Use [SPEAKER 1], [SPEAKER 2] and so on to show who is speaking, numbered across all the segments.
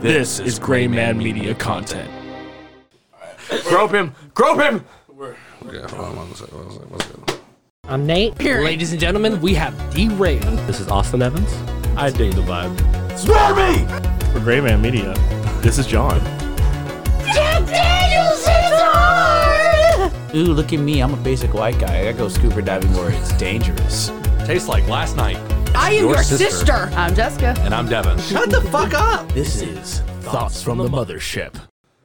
[SPEAKER 1] This is Gray Man Media content. Grope him! Grope him!
[SPEAKER 2] Yeah, hold on one second. One second, one second.
[SPEAKER 3] I'm Nate. Ladies and gentlemen, we have D Ray.
[SPEAKER 4] This is Austin Evans.
[SPEAKER 5] I dig the vibe.
[SPEAKER 1] Spare me!
[SPEAKER 5] For Gray Man Media, this is John.
[SPEAKER 6] Ooh, look at me. I'm a basic white guy. I go scuba diving where it's dangerous.
[SPEAKER 4] Tastes like last night.
[SPEAKER 7] I am
[SPEAKER 4] Your
[SPEAKER 7] your,
[SPEAKER 4] sister.
[SPEAKER 7] sister. I'm Jessica.
[SPEAKER 4] And I'm Devin.
[SPEAKER 6] Shut the fuck up.
[SPEAKER 3] This is Thoughts from the Mothership.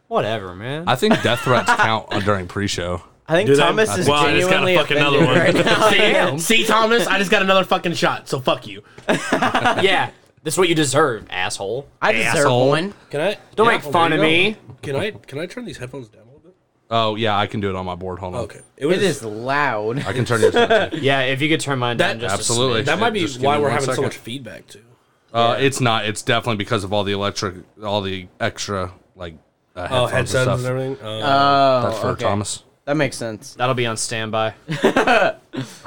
[SPEAKER 8] Whatever, man.
[SPEAKER 2] I think death threats count during pre-show.
[SPEAKER 8] I think Thomas is
[SPEAKER 5] Well, I just gotta
[SPEAKER 8] genuinely
[SPEAKER 5] fuck another
[SPEAKER 8] offended
[SPEAKER 5] one.
[SPEAKER 8] right now.
[SPEAKER 3] See, Thomas, I just got another fucking shot, so fuck you.
[SPEAKER 8] yeah, this is what you deserve, asshole.
[SPEAKER 7] I deserve one.
[SPEAKER 4] Can I?
[SPEAKER 8] Don't make fun of me.
[SPEAKER 4] Can I? Can I turn these headphones down a little bit?
[SPEAKER 2] Oh yeah, I can do it on my board. Hold on.
[SPEAKER 4] Okay. It
[SPEAKER 8] It is loud.
[SPEAKER 2] I can turn yours down. too.
[SPEAKER 8] Yeah, if you could turn mine down
[SPEAKER 4] That-
[SPEAKER 8] just a
[SPEAKER 2] Absolutely.
[SPEAKER 4] That might be
[SPEAKER 2] Just give
[SPEAKER 4] why
[SPEAKER 2] me
[SPEAKER 4] we're
[SPEAKER 2] one
[SPEAKER 4] having so
[SPEAKER 2] second.
[SPEAKER 4] much feedback too.
[SPEAKER 2] Uh, It's not. It's definitely because of all the electric, all the extra like uh, headphones,
[SPEAKER 4] Oh, headsets
[SPEAKER 2] and Oh,
[SPEAKER 4] and
[SPEAKER 2] stuff.
[SPEAKER 4] everything. Uh,
[SPEAKER 2] That's for Thomas.
[SPEAKER 6] That makes sense.
[SPEAKER 8] That'll be on standby.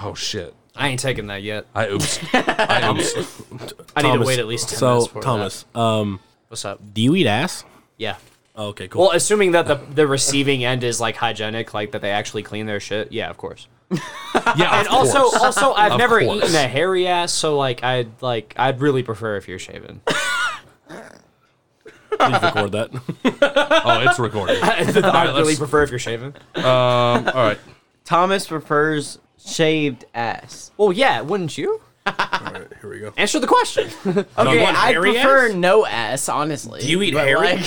[SPEAKER 2] Oh shit.
[SPEAKER 8] I ain't taking that yet.
[SPEAKER 2] I oops. I oops.
[SPEAKER 8] I need to
[SPEAKER 4] Thomas,
[SPEAKER 8] wait at least 10
[SPEAKER 4] so
[SPEAKER 8] minutes for
[SPEAKER 4] Thomas, um,
[SPEAKER 8] that. What's up?
[SPEAKER 4] do you eat ass?
[SPEAKER 8] Yeah.
[SPEAKER 4] Oh, okay, cool.
[SPEAKER 8] Well, assuming that the, the receiving end is like hygienic, like that they actually clean their shit. Yeah, of course.
[SPEAKER 2] Yeah.
[SPEAKER 8] And also, also, I've
[SPEAKER 2] Of
[SPEAKER 8] never
[SPEAKER 2] course.
[SPEAKER 8] eaten a hairy ass, so like, I'd like, I'd really prefer if you're shaven.
[SPEAKER 4] Please record that.
[SPEAKER 2] oh, it's recorded.
[SPEAKER 8] I'd really
[SPEAKER 2] let's-
[SPEAKER 8] prefer if you're shaven.
[SPEAKER 2] Um, all right.
[SPEAKER 6] Thomas prefers shaved ass.
[SPEAKER 8] Well, yeah, wouldn't you?
[SPEAKER 4] Here we go.
[SPEAKER 8] Answer the question.
[SPEAKER 6] Okay,
[SPEAKER 4] want
[SPEAKER 6] I
[SPEAKER 4] hairy
[SPEAKER 6] prefer
[SPEAKER 4] ass?
[SPEAKER 6] no ass, honestly.
[SPEAKER 4] Do you eat hairy?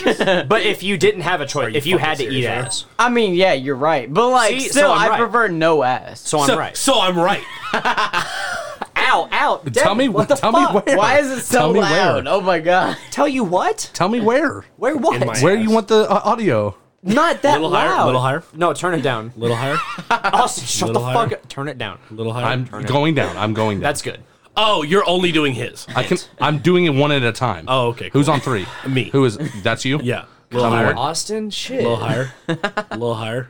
[SPEAKER 8] But if you didn't have a choice, if you had to eat ass,
[SPEAKER 6] I mean, yeah, you're right. But like,
[SPEAKER 8] See, so
[SPEAKER 6] still,
[SPEAKER 8] I'm
[SPEAKER 6] I
[SPEAKER 8] right.
[SPEAKER 6] prefer no ass.
[SPEAKER 8] so I'm
[SPEAKER 4] so,
[SPEAKER 8] right.
[SPEAKER 4] So I'm right.
[SPEAKER 8] Ow, ow.
[SPEAKER 2] tell
[SPEAKER 8] Devin,
[SPEAKER 2] me.
[SPEAKER 8] what the
[SPEAKER 2] tell
[SPEAKER 8] fuck?
[SPEAKER 2] me where.
[SPEAKER 6] Why is it so
[SPEAKER 2] Tell me
[SPEAKER 6] loud?
[SPEAKER 2] where.
[SPEAKER 6] Oh my god.
[SPEAKER 8] Tell you what?
[SPEAKER 2] Tell me where.
[SPEAKER 8] Where what?
[SPEAKER 4] my-
[SPEAKER 2] Where you want the uh, audio?
[SPEAKER 6] Not that
[SPEAKER 4] little
[SPEAKER 6] loud.
[SPEAKER 4] higher. little higher.
[SPEAKER 8] No, turn it down.
[SPEAKER 4] little higher.
[SPEAKER 8] Austin, shut
[SPEAKER 4] Little
[SPEAKER 8] the
[SPEAKER 4] higher.
[SPEAKER 8] fuck up. Turn it down.
[SPEAKER 4] little higher.
[SPEAKER 2] I'm going down. I'm going down.
[SPEAKER 8] That's good.
[SPEAKER 4] oh, you're only doing his.
[SPEAKER 2] I can. I'm doing it one at a time.
[SPEAKER 4] Oh, okay,
[SPEAKER 2] Who's
[SPEAKER 4] cool.
[SPEAKER 2] on three?
[SPEAKER 4] Me.
[SPEAKER 2] Who is? That's you.
[SPEAKER 4] Yeah.
[SPEAKER 2] Tell
[SPEAKER 4] Little
[SPEAKER 2] me
[SPEAKER 4] higher.
[SPEAKER 2] where.
[SPEAKER 8] Austin, shit.
[SPEAKER 4] Little higher. Little higher.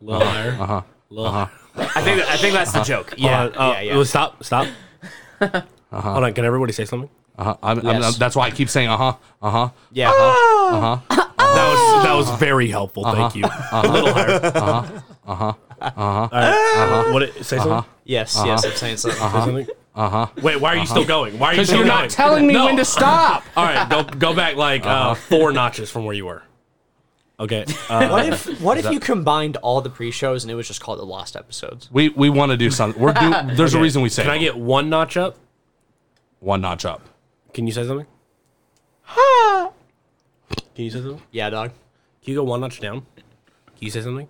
[SPEAKER 4] Little
[SPEAKER 2] Uh-huh.
[SPEAKER 4] higher. Uh huh. Little higher.
[SPEAKER 8] I think I think that's the joke. Yeah,
[SPEAKER 4] Hold on, uh,
[SPEAKER 8] yeah, yeah.
[SPEAKER 4] well, Stop. Stop. Hold on. Can everybody say something?
[SPEAKER 2] Uh-huh. I'm, I'm-
[SPEAKER 8] Yes.
[SPEAKER 2] that's why I keep saying uh huh. Uh huh.
[SPEAKER 8] yeah.
[SPEAKER 4] Uh-huh.
[SPEAKER 8] huh?
[SPEAKER 4] That
[SPEAKER 2] Oh.
[SPEAKER 4] was that was very helpful.
[SPEAKER 2] Uh-huh.
[SPEAKER 4] Thank you. A little higher. Uh huh. Uh huh. Uh huh.
[SPEAKER 2] Uh-huh.
[SPEAKER 4] What? It, say something.
[SPEAKER 8] Yes,
[SPEAKER 4] Uh-huh.
[SPEAKER 8] yes, I'm saying something.
[SPEAKER 4] Say something. Uh huh. Wait. Why are you still going? Why are you
[SPEAKER 2] Because
[SPEAKER 4] still
[SPEAKER 2] Uh-huh. you're
[SPEAKER 4] going?
[SPEAKER 2] not telling Uh-huh. me
[SPEAKER 4] No.
[SPEAKER 2] when to stop.
[SPEAKER 4] All right. Go go back like uh, four notches from where you were. Okay. Uh,
[SPEAKER 8] What if what if you combined all the pre-shows and it was just called the lost episodes?
[SPEAKER 2] We we want to do something. We're do, There's a reason we say
[SPEAKER 4] can I get one notch up?
[SPEAKER 2] one notch up.
[SPEAKER 4] Can you say something? Can you say something?
[SPEAKER 8] Yeah, dog.
[SPEAKER 4] Can you go one notch down? Can you say something?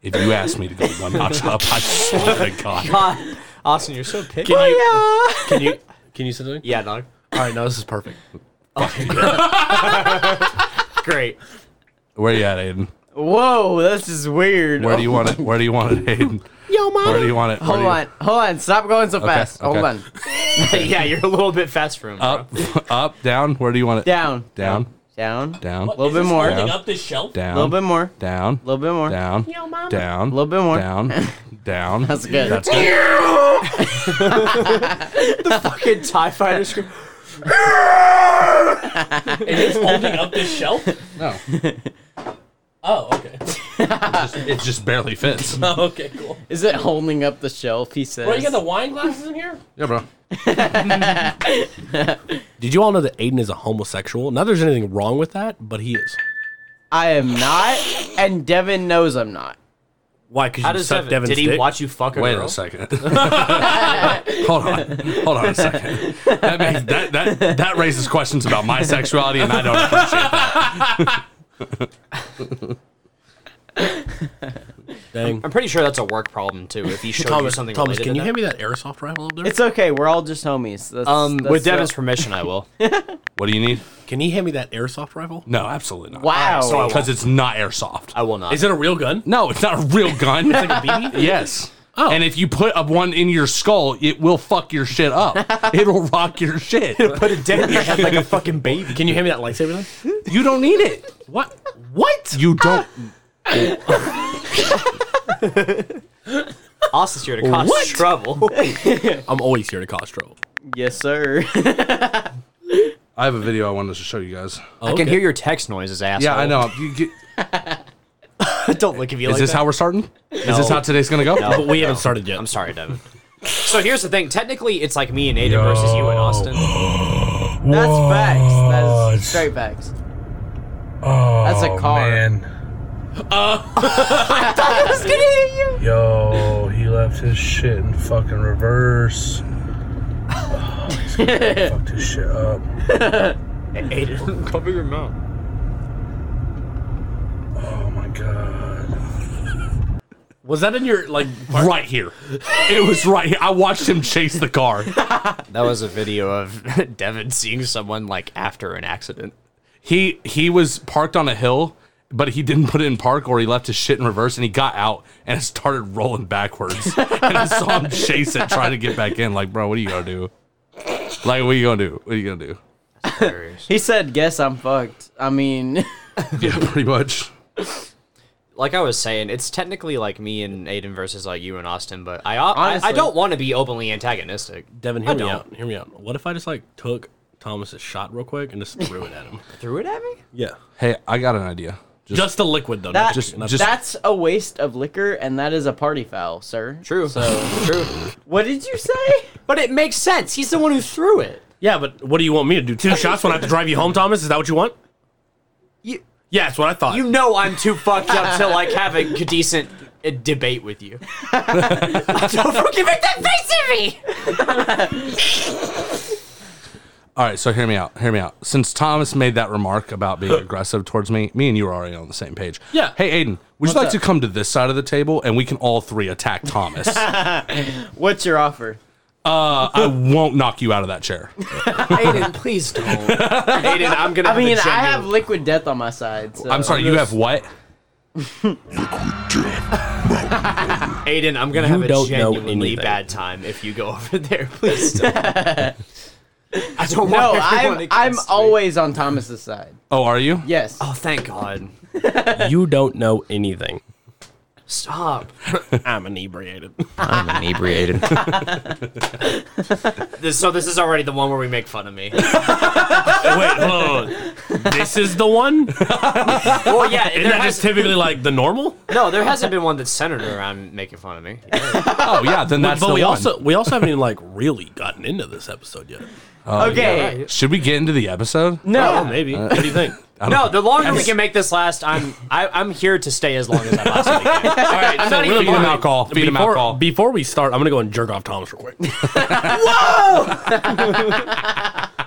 [SPEAKER 2] If you ask me to go one notch up, I swear to God.
[SPEAKER 8] God, Austin, you're so picky.
[SPEAKER 4] Can you? Can you? Can you say something?
[SPEAKER 8] Yeah, dog. Oh,
[SPEAKER 4] All right. Now this is perfect.
[SPEAKER 8] Great.
[SPEAKER 2] Where you at, Aiden?
[SPEAKER 6] Whoa, this is weird. Oh,
[SPEAKER 2] Where do you want it? Where do you want it, Aiden? Yo, mom. Where do you want it? Where
[SPEAKER 6] Hold
[SPEAKER 2] do you-
[SPEAKER 6] on, hold on. Stop going so fast. Hold
[SPEAKER 2] okay.
[SPEAKER 6] on.
[SPEAKER 8] yeah, you're a little bit fast for him.
[SPEAKER 4] Uh,
[SPEAKER 8] bro.
[SPEAKER 2] Up, up, down. Where do you want it?
[SPEAKER 6] Down,
[SPEAKER 2] down,
[SPEAKER 6] down, down.
[SPEAKER 2] down,
[SPEAKER 6] A little bit more.
[SPEAKER 2] holding
[SPEAKER 6] A
[SPEAKER 2] up
[SPEAKER 4] this shelf.
[SPEAKER 2] down.
[SPEAKER 6] little bit more.
[SPEAKER 2] Down.
[SPEAKER 6] A little bit more.
[SPEAKER 2] Down. Down. A
[SPEAKER 6] little bit more.
[SPEAKER 2] Down. Down.
[SPEAKER 6] That's good.
[SPEAKER 2] That's good.
[SPEAKER 8] Fucking Tie Fighter scream.
[SPEAKER 4] holding up this shelf.
[SPEAKER 2] No,
[SPEAKER 4] Oh, okay.
[SPEAKER 2] it just barely fits.
[SPEAKER 4] Oh, okay, cool.
[SPEAKER 6] Is it holding up the shelf? He says.
[SPEAKER 4] wine glasses in here?
[SPEAKER 2] Yeah, bro.
[SPEAKER 4] Did you all know that Aiden is a homosexual? Not that there's anything wrong with that, but he is.
[SPEAKER 6] I am not, and Devin knows I'm not.
[SPEAKER 4] Why? Because
[SPEAKER 8] How
[SPEAKER 4] you
[SPEAKER 8] does
[SPEAKER 4] sucked
[SPEAKER 8] Devin?
[SPEAKER 4] Devin's
[SPEAKER 8] Did he
[SPEAKER 4] dick?
[SPEAKER 8] watch you fuck a
[SPEAKER 2] Wait
[SPEAKER 8] girl?
[SPEAKER 2] a second. hold on. Hold on a second. That, makes, that that that raises questions about my sexuality, and I don't appreciate that.
[SPEAKER 4] Dang.
[SPEAKER 8] I'm pretty sure that's a work problem too. If he showed you
[SPEAKER 4] Thomas,
[SPEAKER 8] something
[SPEAKER 4] Thomas
[SPEAKER 8] related
[SPEAKER 4] can
[SPEAKER 8] to
[SPEAKER 4] you hand me that
[SPEAKER 8] that.
[SPEAKER 4] airsoft rifle up there?
[SPEAKER 6] It's okay. We're all just homies. That's,
[SPEAKER 8] Um,
[SPEAKER 6] that's
[SPEAKER 8] with Devin's
[SPEAKER 6] what-
[SPEAKER 8] permission, I will.
[SPEAKER 4] Oh,
[SPEAKER 2] What do you need?
[SPEAKER 4] can he hand me that airsoft rifle?
[SPEAKER 2] No, absolutely not.
[SPEAKER 6] wow.
[SPEAKER 8] so I-
[SPEAKER 2] Because it's not airsoft.
[SPEAKER 8] I will not.
[SPEAKER 4] Is it a real gun?
[SPEAKER 2] no, it's not a real gun.
[SPEAKER 4] Like a BB?
[SPEAKER 2] yes. Oh. And if you put up one in your skull, it will fuck your shit up. It'll rock your shit.
[SPEAKER 8] Put a dick in your head like a fucking baby.
[SPEAKER 4] Can you hand me that lightsaber thing?
[SPEAKER 2] You don't need it.
[SPEAKER 4] What? What?
[SPEAKER 2] You don't.
[SPEAKER 8] Austin's here to cause trouble.
[SPEAKER 4] I'm always here to cause trouble.
[SPEAKER 6] yes, sir.
[SPEAKER 2] I have a video I wanted to show you guys.
[SPEAKER 8] I can hear your text noises, asshole.
[SPEAKER 2] yeah, I know. Uh, You get-
[SPEAKER 8] Don't look at me
[SPEAKER 2] is
[SPEAKER 8] like
[SPEAKER 2] this
[SPEAKER 8] that.
[SPEAKER 2] how we're starting? Is this how today's gonna go?
[SPEAKER 8] No,
[SPEAKER 9] We haven't started yet.
[SPEAKER 8] I'm sorry, Devin. so here's the thing. Technically, it's like me and Aiden versus you and Austin.
[SPEAKER 6] That's facts. That's straight facts. That's
[SPEAKER 2] Oh,
[SPEAKER 6] a car.
[SPEAKER 4] Yo, he left his shit in fucking reverse. Oh, he's gonna fuck this shit up.
[SPEAKER 8] Aiden, cover your mouth.
[SPEAKER 4] Oh my god.
[SPEAKER 9] Was that in your like?
[SPEAKER 2] Right here. It was right here. I watched him chase the car.
[SPEAKER 8] That was a video of Devin seeing someone like after an accident.
[SPEAKER 2] He he was parked on a hill, but he didn't put it in park or he left his shit in reverse and he got out and it started rolling backwards. and I saw him chase it, trying to get back in. Like, bro, what are you gonna do? Like, what are you gonna do? What are you gonna do?
[SPEAKER 6] He said, "Guess I'm fucked." I mean,
[SPEAKER 2] Yeah, pretty much.
[SPEAKER 8] Like I was saying, it's technically like me and Aiden versus like you and Austin, but I I, I
[SPEAKER 6] Honestly.
[SPEAKER 8] don't want to be openly antagonistic.
[SPEAKER 9] Devin,
[SPEAKER 8] I
[SPEAKER 9] hear me
[SPEAKER 8] don't.
[SPEAKER 9] out. Hear me out. What if I just like took Thomas's shot real quick and just threw it at him?
[SPEAKER 8] Threw it at me?
[SPEAKER 9] yeah.
[SPEAKER 2] Hey, I got an idea. Just,
[SPEAKER 9] Just the liquid though.
[SPEAKER 6] that,
[SPEAKER 9] not- not-
[SPEAKER 2] just-
[SPEAKER 6] that's a waste of liquor, and that is a party foul, sir.
[SPEAKER 8] True. True.
[SPEAKER 6] What did you say?
[SPEAKER 8] But it makes sense. He's the one who threw it.
[SPEAKER 9] yeah, but what do you want me to do? Two shots when I have to drive you home, Thomas? Is that what you want?
[SPEAKER 8] You
[SPEAKER 9] Yeah, that's what I thought.
[SPEAKER 8] you know I'm too fucked up to like have a decent uh, debate with you. don't fucking make that face at me.
[SPEAKER 2] all right, so hear me out. Hear me out. Since Thomas made that remark about being aggressive towards me, me and you are already on the same page.
[SPEAKER 9] Yeah.
[SPEAKER 2] Hey, Aiden, would you
[SPEAKER 6] What's
[SPEAKER 2] like
[SPEAKER 6] up?
[SPEAKER 2] to come to this side of the table and we can all three attack Thomas? uh,
[SPEAKER 6] What's your offer?
[SPEAKER 2] I won't knock you out of that chair.
[SPEAKER 8] Aiden, please don't. Aiden, I'm gonna.
[SPEAKER 6] I mean,
[SPEAKER 8] have a
[SPEAKER 6] I
[SPEAKER 8] genuine-
[SPEAKER 6] have liquid death on my side. So
[SPEAKER 2] I'm sorry, you have what?
[SPEAKER 8] Aiden, I'm gonna
[SPEAKER 4] You
[SPEAKER 8] have a
[SPEAKER 4] don't know
[SPEAKER 8] genuinely
[SPEAKER 4] anything.
[SPEAKER 8] bad time if you go over there. Please. don't. I don't
[SPEAKER 6] No,
[SPEAKER 8] want everyone
[SPEAKER 6] Oh, I'm I'm
[SPEAKER 8] against me.
[SPEAKER 6] always on Thomas's side.
[SPEAKER 2] Oh, are you?
[SPEAKER 6] Yes.
[SPEAKER 8] Oh, thank God!
[SPEAKER 4] You don't know anything.
[SPEAKER 8] Stop.
[SPEAKER 9] I'm inebriated.
[SPEAKER 10] I'm inebriated.
[SPEAKER 8] This, so this is already the one where we make fun of me.
[SPEAKER 9] Wait, hold on. This is the one? Isn't
[SPEAKER 8] Well, yeah. there
[SPEAKER 9] that
[SPEAKER 8] has,
[SPEAKER 9] just typically like the normal?
[SPEAKER 8] no, there hasn't been one that's centered around making fun of me.
[SPEAKER 2] Oh, yeah, then that's
[SPEAKER 9] but
[SPEAKER 2] the
[SPEAKER 9] we
[SPEAKER 2] one.
[SPEAKER 9] also we also haven't even like really gotten into this episode yet.
[SPEAKER 6] okay.
[SPEAKER 2] Should we get into the episode?
[SPEAKER 9] Oh,
[SPEAKER 6] No.
[SPEAKER 9] maybe. what do you think?
[SPEAKER 8] No, the longer we can make this last, I'm I, I'm here to stay as long as I possibly can.
[SPEAKER 9] All right,
[SPEAKER 8] not even
[SPEAKER 2] Feed him alcohol. Feed him
[SPEAKER 9] before,
[SPEAKER 2] alcohol.
[SPEAKER 9] before we start, I'm gonna go and jerk off Thomas real quick. Whoa!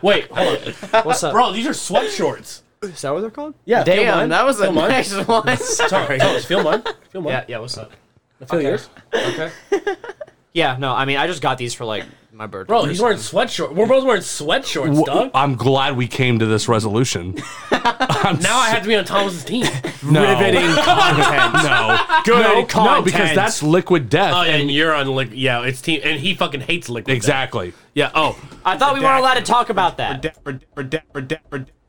[SPEAKER 9] Wait, hold on,
[SPEAKER 8] What's up?
[SPEAKER 9] bro. These are sweat shorts.
[SPEAKER 8] Is that what they're called?
[SPEAKER 9] Yeah, feel mine.
[SPEAKER 6] Damn, that was the
[SPEAKER 9] Feel mine.
[SPEAKER 6] next one.
[SPEAKER 9] Sorry, Thomas, feel mine. Feel mine.
[SPEAKER 8] Yeah, yeah. What's up?
[SPEAKER 9] feel yours.
[SPEAKER 8] Okay. yeah. No, I mean, I just got these for like my birthday.
[SPEAKER 9] Bro, he's wearing sweatshorts. We're both wearing sweatshorts,
[SPEAKER 2] W-
[SPEAKER 9] dog.
[SPEAKER 2] I'm glad we came to this resolution. I'm
[SPEAKER 9] Now I have to be on Thomas's team.
[SPEAKER 2] no. riveting content. no,
[SPEAKER 8] Good
[SPEAKER 2] no, no,
[SPEAKER 8] content.
[SPEAKER 2] because that's liquid death.
[SPEAKER 9] Oh, yeah, and you're on liquid. Yeah, it's team, and he fucking hates liquid.
[SPEAKER 2] Exactly.
[SPEAKER 9] Yeah. Oh,
[SPEAKER 8] I thought we weren't allowed to talk about that.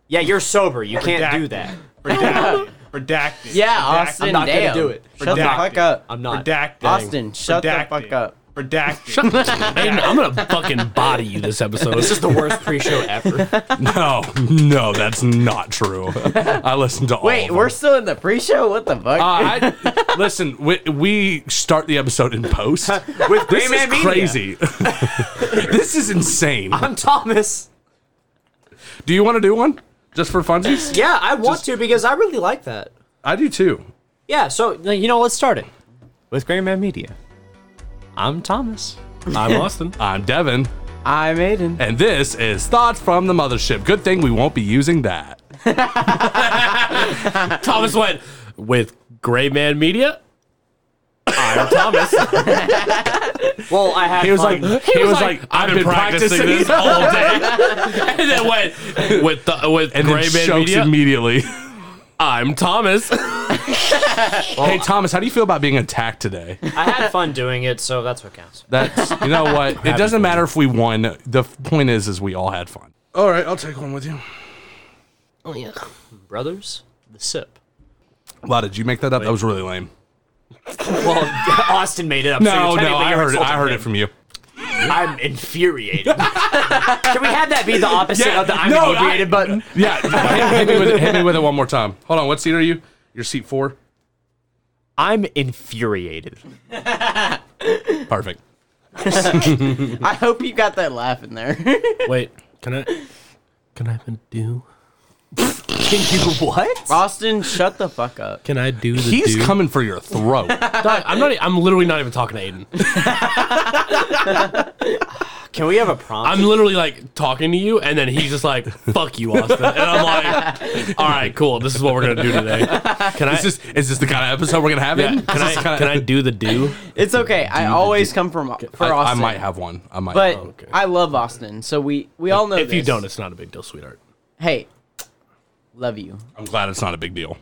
[SPEAKER 8] Yeah, you're sober. You can't do that.
[SPEAKER 4] Redacted. Redacted.
[SPEAKER 6] Yeah, Austin.
[SPEAKER 8] I'm not gonna
[SPEAKER 6] damn.
[SPEAKER 8] do it.
[SPEAKER 6] Shut the
[SPEAKER 4] Redacted.
[SPEAKER 6] fuck up.
[SPEAKER 8] I'm not.
[SPEAKER 4] Redacted.
[SPEAKER 6] Austin, shut the
[SPEAKER 4] Redacted.
[SPEAKER 6] fuck up.
[SPEAKER 4] Redacted.
[SPEAKER 9] Aiden, I'm gonna fucking body you this episode.
[SPEAKER 8] This is the worst pre-show ever.
[SPEAKER 2] No, no, that's not true. I listened to all. of
[SPEAKER 6] Wait,
[SPEAKER 2] them.
[SPEAKER 6] we're still in the pre-show. What the
[SPEAKER 2] Uh,
[SPEAKER 6] fuck?
[SPEAKER 2] I, listen, we, we start the episode in post.
[SPEAKER 8] With
[SPEAKER 2] This
[SPEAKER 8] Green Man Media.
[SPEAKER 2] is crazy. this is insane.
[SPEAKER 8] I'm Thomas.
[SPEAKER 2] Do you want to do one just for funsies?
[SPEAKER 8] Yeah, I want to because I really like that.
[SPEAKER 2] I do too.
[SPEAKER 8] Yeah. So you know, let's start it with Green Man Media. I'm Thomas.
[SPEAKER 9] I'm Austin.
[SPEAKER 2] I'm Devin,
[SPEAKER 6] I'm Aiden.
[SPEAKER 2] and this is Thoughts from the Mothership. Good thing we won't be using that.
[SPEAKER 9] Thomas went with Gray Man Media.
[SPEAKER 8] I'm Thomas. well, I had
[SPEAKER 2] He was like,
[SPEAKER 8] fun.
[SPEAKER 2] he, was like, I've been, practicing, this all day,
[SPEAKER 9] and then went with the, with
[SPEAKER 2] and
[SPEAKER 9] Gray
[SPEAKER 2] then
[SPEAKER 9] Man
[SPEAKER 2] chokes
[SPEAKER 9] Media.
[SPEAKER 2] immediately.
[SPEAKER 9] I'm Thomas.
[SPEAKER 2] hey Thomas, how do you feel about being attacked today?
[SPEAKER 8] I had fun doing it, so that's what counts.
[SPEAKER 2] That's you know what. It doesn't matter if we won. The f- point is, is we all had fun. All right, I'll take one with you.
[SPEAKER 8] Oh yeah, brothers, the sip.
[SPEAKER 2] Wow, did you make that up? That was really lame.
[SPEAKER 8] Well, Oh, Austin made it up. so
[SPEAKER 2] No,
[SPEAKER 8] you're
[SPEAKER 2] no,
[SPEAKER 8] technically
[SPEAKER 2] I heard it. I
[SPEAKER 8] insulting
[SPEAKER 2] heard
[SPEAKER 8] him.
[SPEAKER 2] it from you.
[SPEAKER 8] I'm infuriated. Can we have that be the opposite
[SPEAKER 2] Yeah,
[SPEAKER 8] of the I'm
[SPEAKER 2] no,
[SPEAKER 8] infuriated
[SPEAKER 2] I-
[SPEAKER 8] button?
[SPEAKER 2] Yeah, hit, hit me with it, hit me with it one more time. Hold on, what seat are you? Your seat four.
[SPEAKER 11] I'm infuriated.
[SPEAKER 2] Perfect.
[SPEAKER 6] I hope you got that laugh in there.
[SPEAKER 9] Wait, can I? Can I do?
[SPEAKER 11] Can you what?
[SPEAKER 6] Austin, shut the fuck up.
[SPEAKER 9] Can I do the
[SPEAKER 2] He's
[SPEAKER 9] do?
[SPEAKER 2] coming for your throat.
[SPEAKER 9] Doc, I'm not. e- I'm literally not even talking to Aiden.
[SPEAKER 8] Can we have a prompt?
[SPEAKER 9] I'm literally like talking to you, and then he's just like, "Fuck you, Austin," and I'm like, "All right, cool. This is what we're gonna do today." Can I?
[SPEAKER 2] is this is this the kind of episode we're gonna have?
[SPEAKER 9] yeah,
[SPEAKER 2] in?
[SPEAKER 9] can I? Can I do the do?
[SPEAKER 6] It's okay. I always come from for
[SPEAKER 2] I, I
[SPEAKER 6] Austin.
[SPEAKER 2] might have one. I might.
[SPEAKER 6] But
[SPEAKER 9] okay.
[SPEAKER 6] I love Austin, so we we all know.
[SPEAKER 9] If you
[SPEAKER 6] this.
[SPEAKER 9] don't, it's not a big deal, sweetheart.
[SPEAKER 6] hey, love you.
[SPEAKER 2] I'm glad it's not a big deal.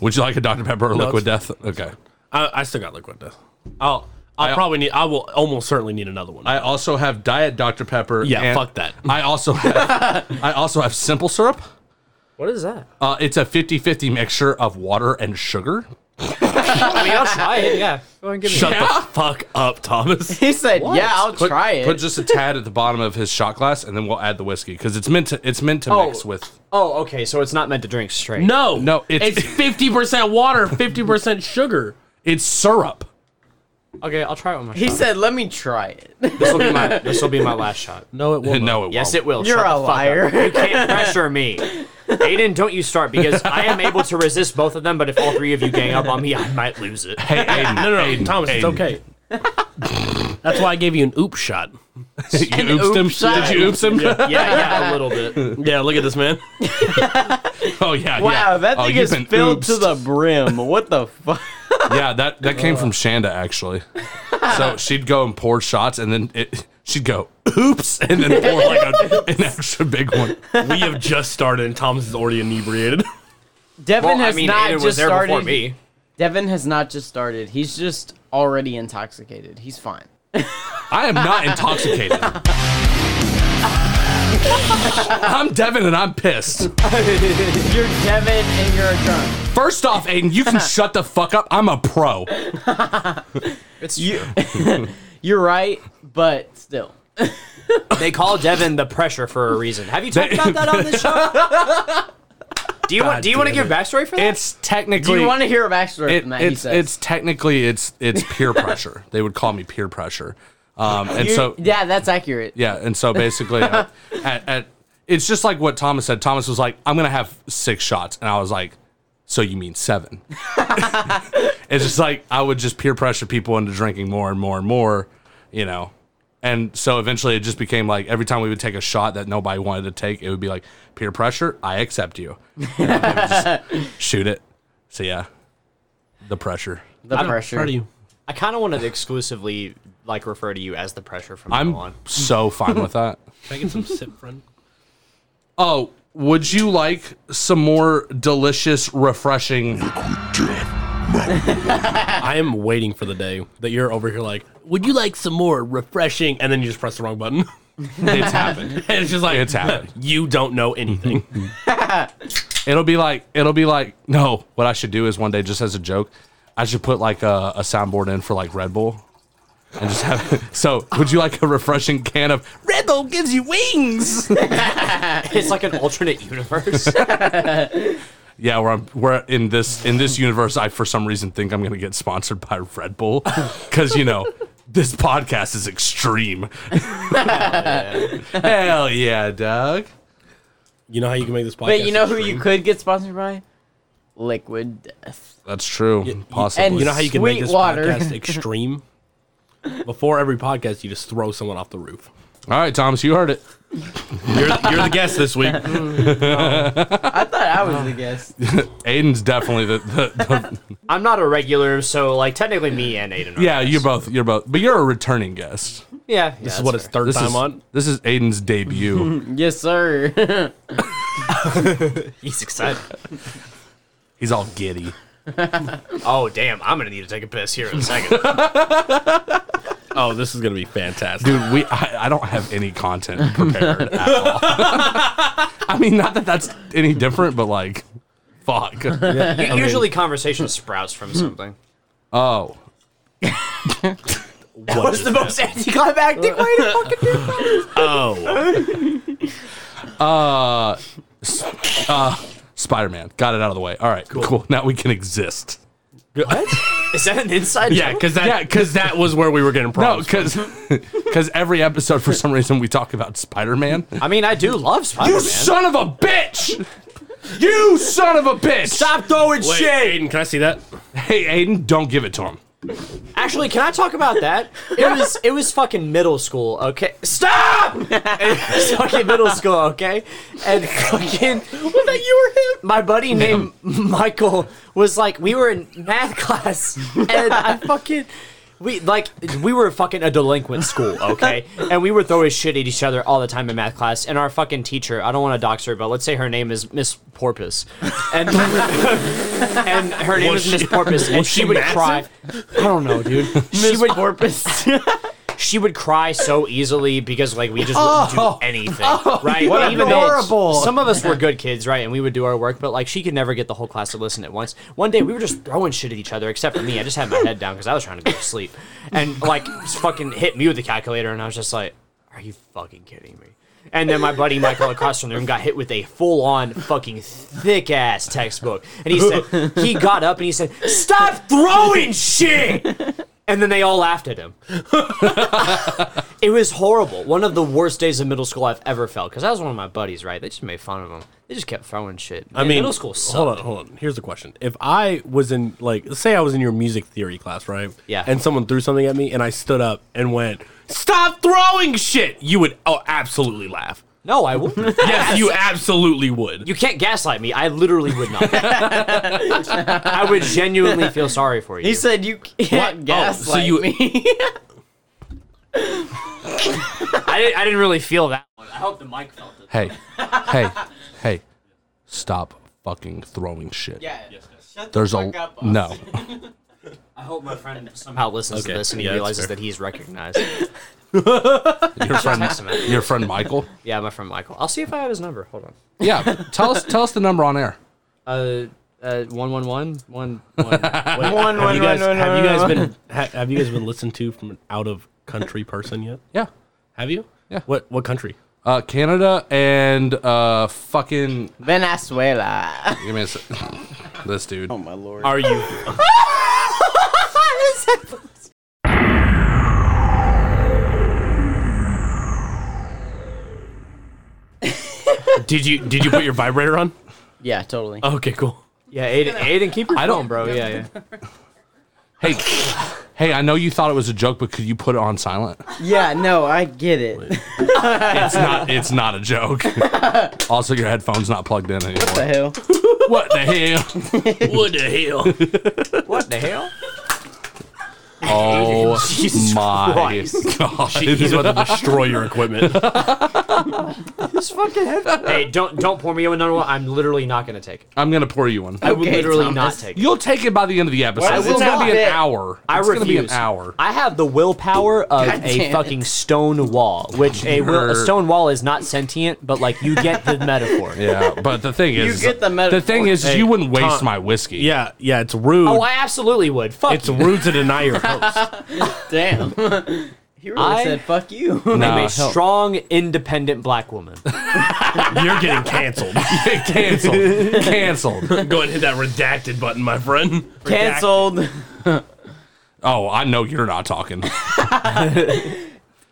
[SPEAKER 2] Would you like a Dr Pepper or Liquid Death? Okay.
[SPEAKER 9] I, I still got liquid death. I'll. I'll
[SPEAKER 2] I-
[SPEAKER 9] probably need. I will almost certainly need another one.
[SPEAKER 2] I also have Diet Dr Pepper.
[SPEAKER 9] Yeah,
[SPEAKER 2] and
[SPEAKER 9] fuck that.
[SPEAKER 2] I also have, I also have simple syrup.
[SPEAKER 8] what is that?
[SPEAKER 2] Uh, it's a 50-50 mixture of water and sugar.
[SPEAKER 8] I mean, I'll try it. Yeah. Go and give me
[SPEAKER 9] Shut the fuck up, Thomas.
[SPEAKER 6] He said, "Yeah, I'll
[SPEAKER 2] Put,
[SPEAKER 6] try it."
[SPEAKER 2] Put just a tad at the bottom of his shot glass, and then we'll add the whiskey because it's meant to. It's meant to
[SPEAKER 8] Oh.
[SPEAKER 2] mix with.
[SPEAKER 8] Oh, okay. So it's not meant to drink straight.
[SPEAKER 9] No,
[SPEAKER 2] No, it's-
[SPEAKER 9] it's fifty percent water, fifty percent sugar.
[SPEAKER 2] It's syrup.
[SPEAKER 8] Okay, I'll try it with my
[SPEAKER 6] he said, "Let me try it."
[SPEAKER 8] This will be my. This will be my last shot.
[SPEAKER 9] No, it won't.
[SPEAKER 2] no, it
[SPEAKER 8] Yes,
[SPEAKER 2] won't.
[SPEAKER 8] it will.
[SPEAKER 6] You're
[SPEAKER 8] Shut
[SPEAKER 6] a
[SPEAKER 8] the fuck up.
[SPEAKER 6] liar.
[SPEAKER 8] You can't pressure me. Aiden, don't you start because I am able to resist both of them. But if all three of you gang up on me, I might lose it.
[SPEAKER 2] Hey, Aiden,
[SPEAKER 9] No, no, no, Thomas, it's okay. That's why I gave you an oop shot.
[SPEAKER 2] you oopsed him.
[SPEAKER 6] shot.
[SPEAKER 2] Did you oops uh, him?
[SPEAKER 8] Yeah, yeah, a little bit.
[SPEAKER 9] Yeah, look at this man.
[SPEAKER 2] oh yeah.
[SPEAKER 6] Wow,
[SPEAKER 2] yeah.
[SPEAKER 6] that
[SPEAKER 2] Oh,
[SPEAKER 6] thing
[SPEAKER 2] you've
[SPEAKER 6] is
[SPEAKER 2] been
[SPEAKER 6] filled to
[SPEAKER 2] oopsed.
[SPEAKER 6] the brim. What the fuck?
[SPEAKER 2] Yeah, that that came from Shanda actually. So she'd go and pour shots, and then it, she'd go oops, and then pour like a, an extra big one.
[SPEAKER 9] We have just started, and Thomas is already inebriated.
[SPEAKER 6] Devin
[SPEAKER 8] Well, I
[SPEAKER 6] has
[SPEAKER 8] mean,
[SPEAKER 6] not
[SPEAKER 8] Aiden
[SPEAKER 6] just
[SPEAKER 8] was there
[SPEAKER 6] started.
[SPEAKER 8] before me.
[SPEAKER 6] Devin has not just started. He's just already intoxicated. He's fine.
[SPEAKER 2] I am not intoxicated. I'm Devin and I'm pissed.
[SPEAKER 6] You're Devin and you're a drunk.
[SPEAKER 2] First off, Aiden, you can shut the fuck up. I'm a pro.
[SPEAKER 6] You're right, but still.
[SPEAKER 8] They call Devin the pressure for a reason. Have you talked about that on this show? Do you want? Do you want to give backstory for that?
[SPEAKER 2] It's technically
[SPEAKER 6] Do you want to hear a backstory
[SPEAKER 2] it,
[SPEAKER 6] from that? he
[SPEAKER 2] it's,
[SPEAKER 6] says.
[SPEAKER 2] it's technically it's it's peer pressure. they would call me peer pressure, um, and
[SPEAKER 6] You-
[SPEAKER 2] so
[SPEAKER 6] yeah, that's accurate.
[SPEAKER 2] yeah, and so basically, uh, at, at, it's just like what Thomas said. Thomas was like, "I'm gonna have six shots," and I was like, "So you mean seven? it's just like I would just peer pressure people into drinking more and more and more, you know. And so eventually, it just became like every time we would take a shot that nobody wanted to take, it would be like peer pressure. I accept you. And I would just shoot it. So yeah, the pressure.
[SPEAKER 6] The pressure.
[SPEAKER 9] you?
[SPEAKER 8] I kind of want to exclusively like refer to you as the pressure from now
[SPEAKER 2] I'm
[SPEAKER 8] on.
[SPEAKER 2] so fine with that.
[SPEAKER 9] Can I get some sip, friend?
[SPEAKER 2] Oh, would you like some more delicious, refreshing?
[SPEAKER 9] I am waiting for the day that you're over here like, would you like some more refreshing? And then you just press the wrong button.
[SPEAKER 2] It's happened.
[SPEAKER 9] And it's just like,
[SPEAKER 2] It's happened.
[SPEAKER 9] you don't know anything.
[SPEAKER 2] It'll be like it'll be like no. What I should do is one day, just as a joke, I should put like a, a soundboard in for like Red Bull, and just have. So, would you like a refreshing can of Red Bull gives you wings?
[SPEAKER 8] It's like an alternate universe.
[SPEAKER 2] Yeah, where I'm where in this in this universe, I for some reason think I'm gonna get sponsored by Red Bull because you know this podcast is extreme. Hell yeah, Doug.
[SPEAKER 9] you know how you can make this podcast?
[SPEAKER 6] But you know who you could get sponsored by? Liquid Death.
[SPEAKER 2] That's true. Possibly.
[SPEAKER 6] and-
[SPEAKER 9] You know how you can make this
[SPEAKER 6] Sweetwater.
[SPEAKER 9] podcast extreme? Before every podcast, you just throw someone off the roof.
[SPEAKER 2] All right, Thomas, you heard it.
[SPEAKER 9] You're, you're the guest this week.
[SPEAKER 6] I thought I was the guest.
[SPEAKER 2] Aiden's definitely the, the, the
[SPEAKER 8] I'm not a regular, so like technically me and Aiden. Are
[SPEAKER 2] yeah.
[SPEAKER 8] guys.
[SPEAKER 2] You're both. You're both. But you're a returning guest.
[SPEAKER 8] yeah. yeah,
[SPEAKER 9] this
[SPEAKER 8] that's
[SPEAKER 9] is what
[SPEAKER 8] fair.
[SPEAKER 9] it's third
[SPEAKER 2] This
[SPEAKER 9] time
[SPEAKER 2] is
[SPEAKER 9] on.
[SPEAKER 2] this is Aiden's debut.
[SPEAKER 6] yes, sir.
[SPEAKER 8] He's excited.
[SPEAKER 2] He's all giddy.
[SPEAKER 8] Oh damn! I'm gonna need to take a piss here in a second.
[SPEAKER 9] Oh, this is gonna be fantastic.
[SPEAKER 2] Dude, we I, I don't have any content prepared at all. I mean, not that that's any different, but like, fuck.
[SPEAKER 8] Usually, conversation sprouts from something.
[SPEAKER 2] Oh.
[SPEAKER 9] What
[SPEAKER 12] What's the most anticlimactic way to fucking do it?
[SPEAKER 9] Oh,
[SPEAKER 2] Spider Man. Got it out of the way. All right, cool. Now we can exist.
[SPEAKER 12] Is that an inside
[SPEAKER 9] yeah,
[SPEAKER 12] joke?
[SPEAKER 9] because that because that was where we were getting
[SPEAKER 2] No,
[SPEAKER 9] problems.
[SPEAKER 2] because every episode, for some reason, we talk about Spider Man.
[SPEAKER 8] I mean, I do love
[SPEAKER 2] You
[SPEAKER 8] Spider-Man.
[SPEAKER 2] son of a bitch! You son of a bitch!
[SPEAKER 8] Stop throwing
[SPEAKER 9] Wait,
[SPEAKER 8] shade.
[SPEAKER 9] Aiden, can I see that?
[SPEAKER 2] Hey, Aiden, don't give it to him.
[SPEAKER 8] Actually, can I talk about that? It was it was fucking middle school, okay? Stop! It was fucking middle school, okay? And fucking Was that you or him? My buddy named Michael was like we were in math class and I fucking we like we were fucking a delinquent school, okay? and we were throwing shit at each other all the time in math class. And our fucking teacher, I don't want to dox her, but let's say her name is Miss Porpoise, and and her name
[SPEAKER 9] Was
[SPEAKER 8] is Miss
[SPEAKER 9] she-
[SPEAKER 8] Porpoise, and
[SPEAKER 9] was
[SPEAKER 8] she,
[SPEAKER 9] she
[SPEAKER 8] would
[SPEAKER 9] massive?
[SPEAKER 8] cry. I don't know, dude. she would Porpoise. she would cry so easily because like we just wouldn't do anything, right?
[SPEAKER 13] what
[SPEAKER 8] though
[SPEAKER 13] adorable.
[SPEAKER 8] some of us were good kids, right? And we would do our work, but like she could never get the whole class to listen at once. One day we were just throwing shit at each other, except for me. I just had my head down because I was trying to go to sleep, and like just fucking hit me with the calculator, and I was just like, "Are you fucking kidding me?" And then my buddy Michael across from the room got hit with a full-on fucking thick ass textbook, and he said he got up and he said, "Stop throwing shit!" And then they all laughed at him. It was horrible. One of the worst days of middle school I've ever felt because that was one of my buddies. Right? They just made fun of him. They just kept throwing shit.
[SPEAKER 9] I mean,
[SPEAKER 8] middle school sucked.
[SPEAKER 9] Hold on, hold on. Here's the question: If I was in, like, let's say I was in your music theory class, right?
[SPEAKER 8] Yeah.
[SPEAKER 9] And someone threw something at me, and I stood up and went, "Stop throwing shit!" You would, oh, absolutely laugh.
[SPEAKER 8] No, I wouldn't.
[SPEAKER 9] Yes, you absolutely would.
[SPEAKER 8] you can't gaslight me. I literally would not. I would genuinely feel sorry for you.
[SPEAKER 12] He said you can't gaslight
[SPEAKER 2] you-
[SPEAKER 12] me.
[SPEAKER 8] I, didn't, I didn't really feel that.
[SPEAKER 2] Hey, hey, hey, stop fucking throwing shit. There's a no.
[SPEAKER 8] I hope my friend somehow listens
[SPEAKER 9] Okay,
[SPEAKER 8] to this and he
[SPEAKER 9] yeah, that's
[SPEAKER 8] realizes
[SPEAKER 9] fair.
[SPEAKER 8] that he's recognized.
[SPEAKER 2] Your friend,
[SPEAKER 8] Text him it.
[SPEAKER 2] your friend Michael.
[SPEAKER 8] yeah, my friend Michael. I'll see if I have his number. Hold on.
[SPEAKER 2] Yeah, tell us, tell us the number on air.
[SPEAKER 8] Uh, uh, one one one one one.
[SPEAKER 9] One, have you guys, have you guys been ha, have you guys been listened to from an out of country person yet?
[SPEAKER 2] Yeah,
[SPEAKER 9] Have you?
[SPEAKER 2] Yeah.
[SPEAKER 9] What what country?
[SPEAKER 2] uh, Canada and uh, fucking.
[SPEAKER 12] Venezuela.
[SPEAKER 2] Give me a sec. This dude.
[SPEAKER 6] Oh, my lord.
[SPEAKER 9] Are you? did you did you put your vibrator on?
[SPEAKER 6] Yeah, totally.
[SPEAKER 4] Oh.
[SPEAKER 9] Okay, cool.
[SPEAKER 8] Yeah, Aiden, Aiden, keep your I don't, bro. Yeah, yeah.
[SPEAKER 2] Hey, hey, I know you thought it was a joke, but could you put it on silent?
[SPEAKER 6] yeah, no, I get it. What
[SPEAKER 2] It's not. It's not a joke. also, your headphone's not plugged in
[SPEAKER 6] the
[SPEAKER 2] anymore.
[SPEAKER 6] hell?
[SPEAKER 2] What the hell?
[SPEAKER 9] What the hell?
[SPEAKER 8] What the hell?
[SPEAKER 2] Oh my god!
[SPEAKER 9] He's about to destroy your equipment.
[SPEAKER 8] Hey, don't don't pour me another one. I'm literally not gonna take it.
[SPEAKER 2] I'm gonna pour you one.
[SPEAKER 8] I would literally not take it.
[SPEAKER 2] You'll take it by the end of the episode.
[SPEAKER 6] I
[SPEAKER 2] it's
[SPEAKER 6] will
[SPEAKER 2] gonna
[SPEAKER 6] not
[SPEAKER 2] be an
[SPEAKER 6] bet.
[SPEAKER 2] hour.
[SPEAKER 8] I
[SPEAKER 2] it's gonna
[SPEAKER 8] refuse.
[SPEAKER 2] be an hour.
[SPEAKER 8] I have the willpower of
[SPEAKER 6] God damn
[SPEAKER 8] a
[SPEAKER 6] it.
[SPEAKER 8] fucking stone wall, which a, will, a
[SPEAKER 2] Grr.
[SPEAKER 8] stone wall is not sentient, but like you get the metaphor.
[SPEAKER 2] Yeah, but the thing is,
[SPEAKER 6] get the metaphor.
[SPEAKER 2] thing is,
[SPEAKER 9] Hey,
[SPEAKER 2] you wouldn't waste
[SPEAKER 9] Tom.
[SPEAKER 2] my whiskey.
[SPEAKER 9] Yeah, yeah. It's rude.
[SPEAKER 8] Oh, I absolutely would. Fuck
[SPEAKER 9] it's
[SPEAKER 8] you.
[SPEAKER 9] rude to deny your host.
[SPEAKER 6] Damn. he really
[SPEAKER 8] I-
[SPEAKER 6] said, fuck you.
[SPEAKER 2] Nah,
[SPEAKER 8] I'm a
[SPEAKER 2] hell-
[SPEAKER 8] strong, independent black woman.
[SPEAKER 9] You're getting canceled.
[SPEAKER 2] canceled, canceled.
[SPEAKER 9] Go ahead and hit that redacted button, my friend.
[SPEAKER 6] Cancelled.
[SPEAKER 2] Oh, I know you're not talking.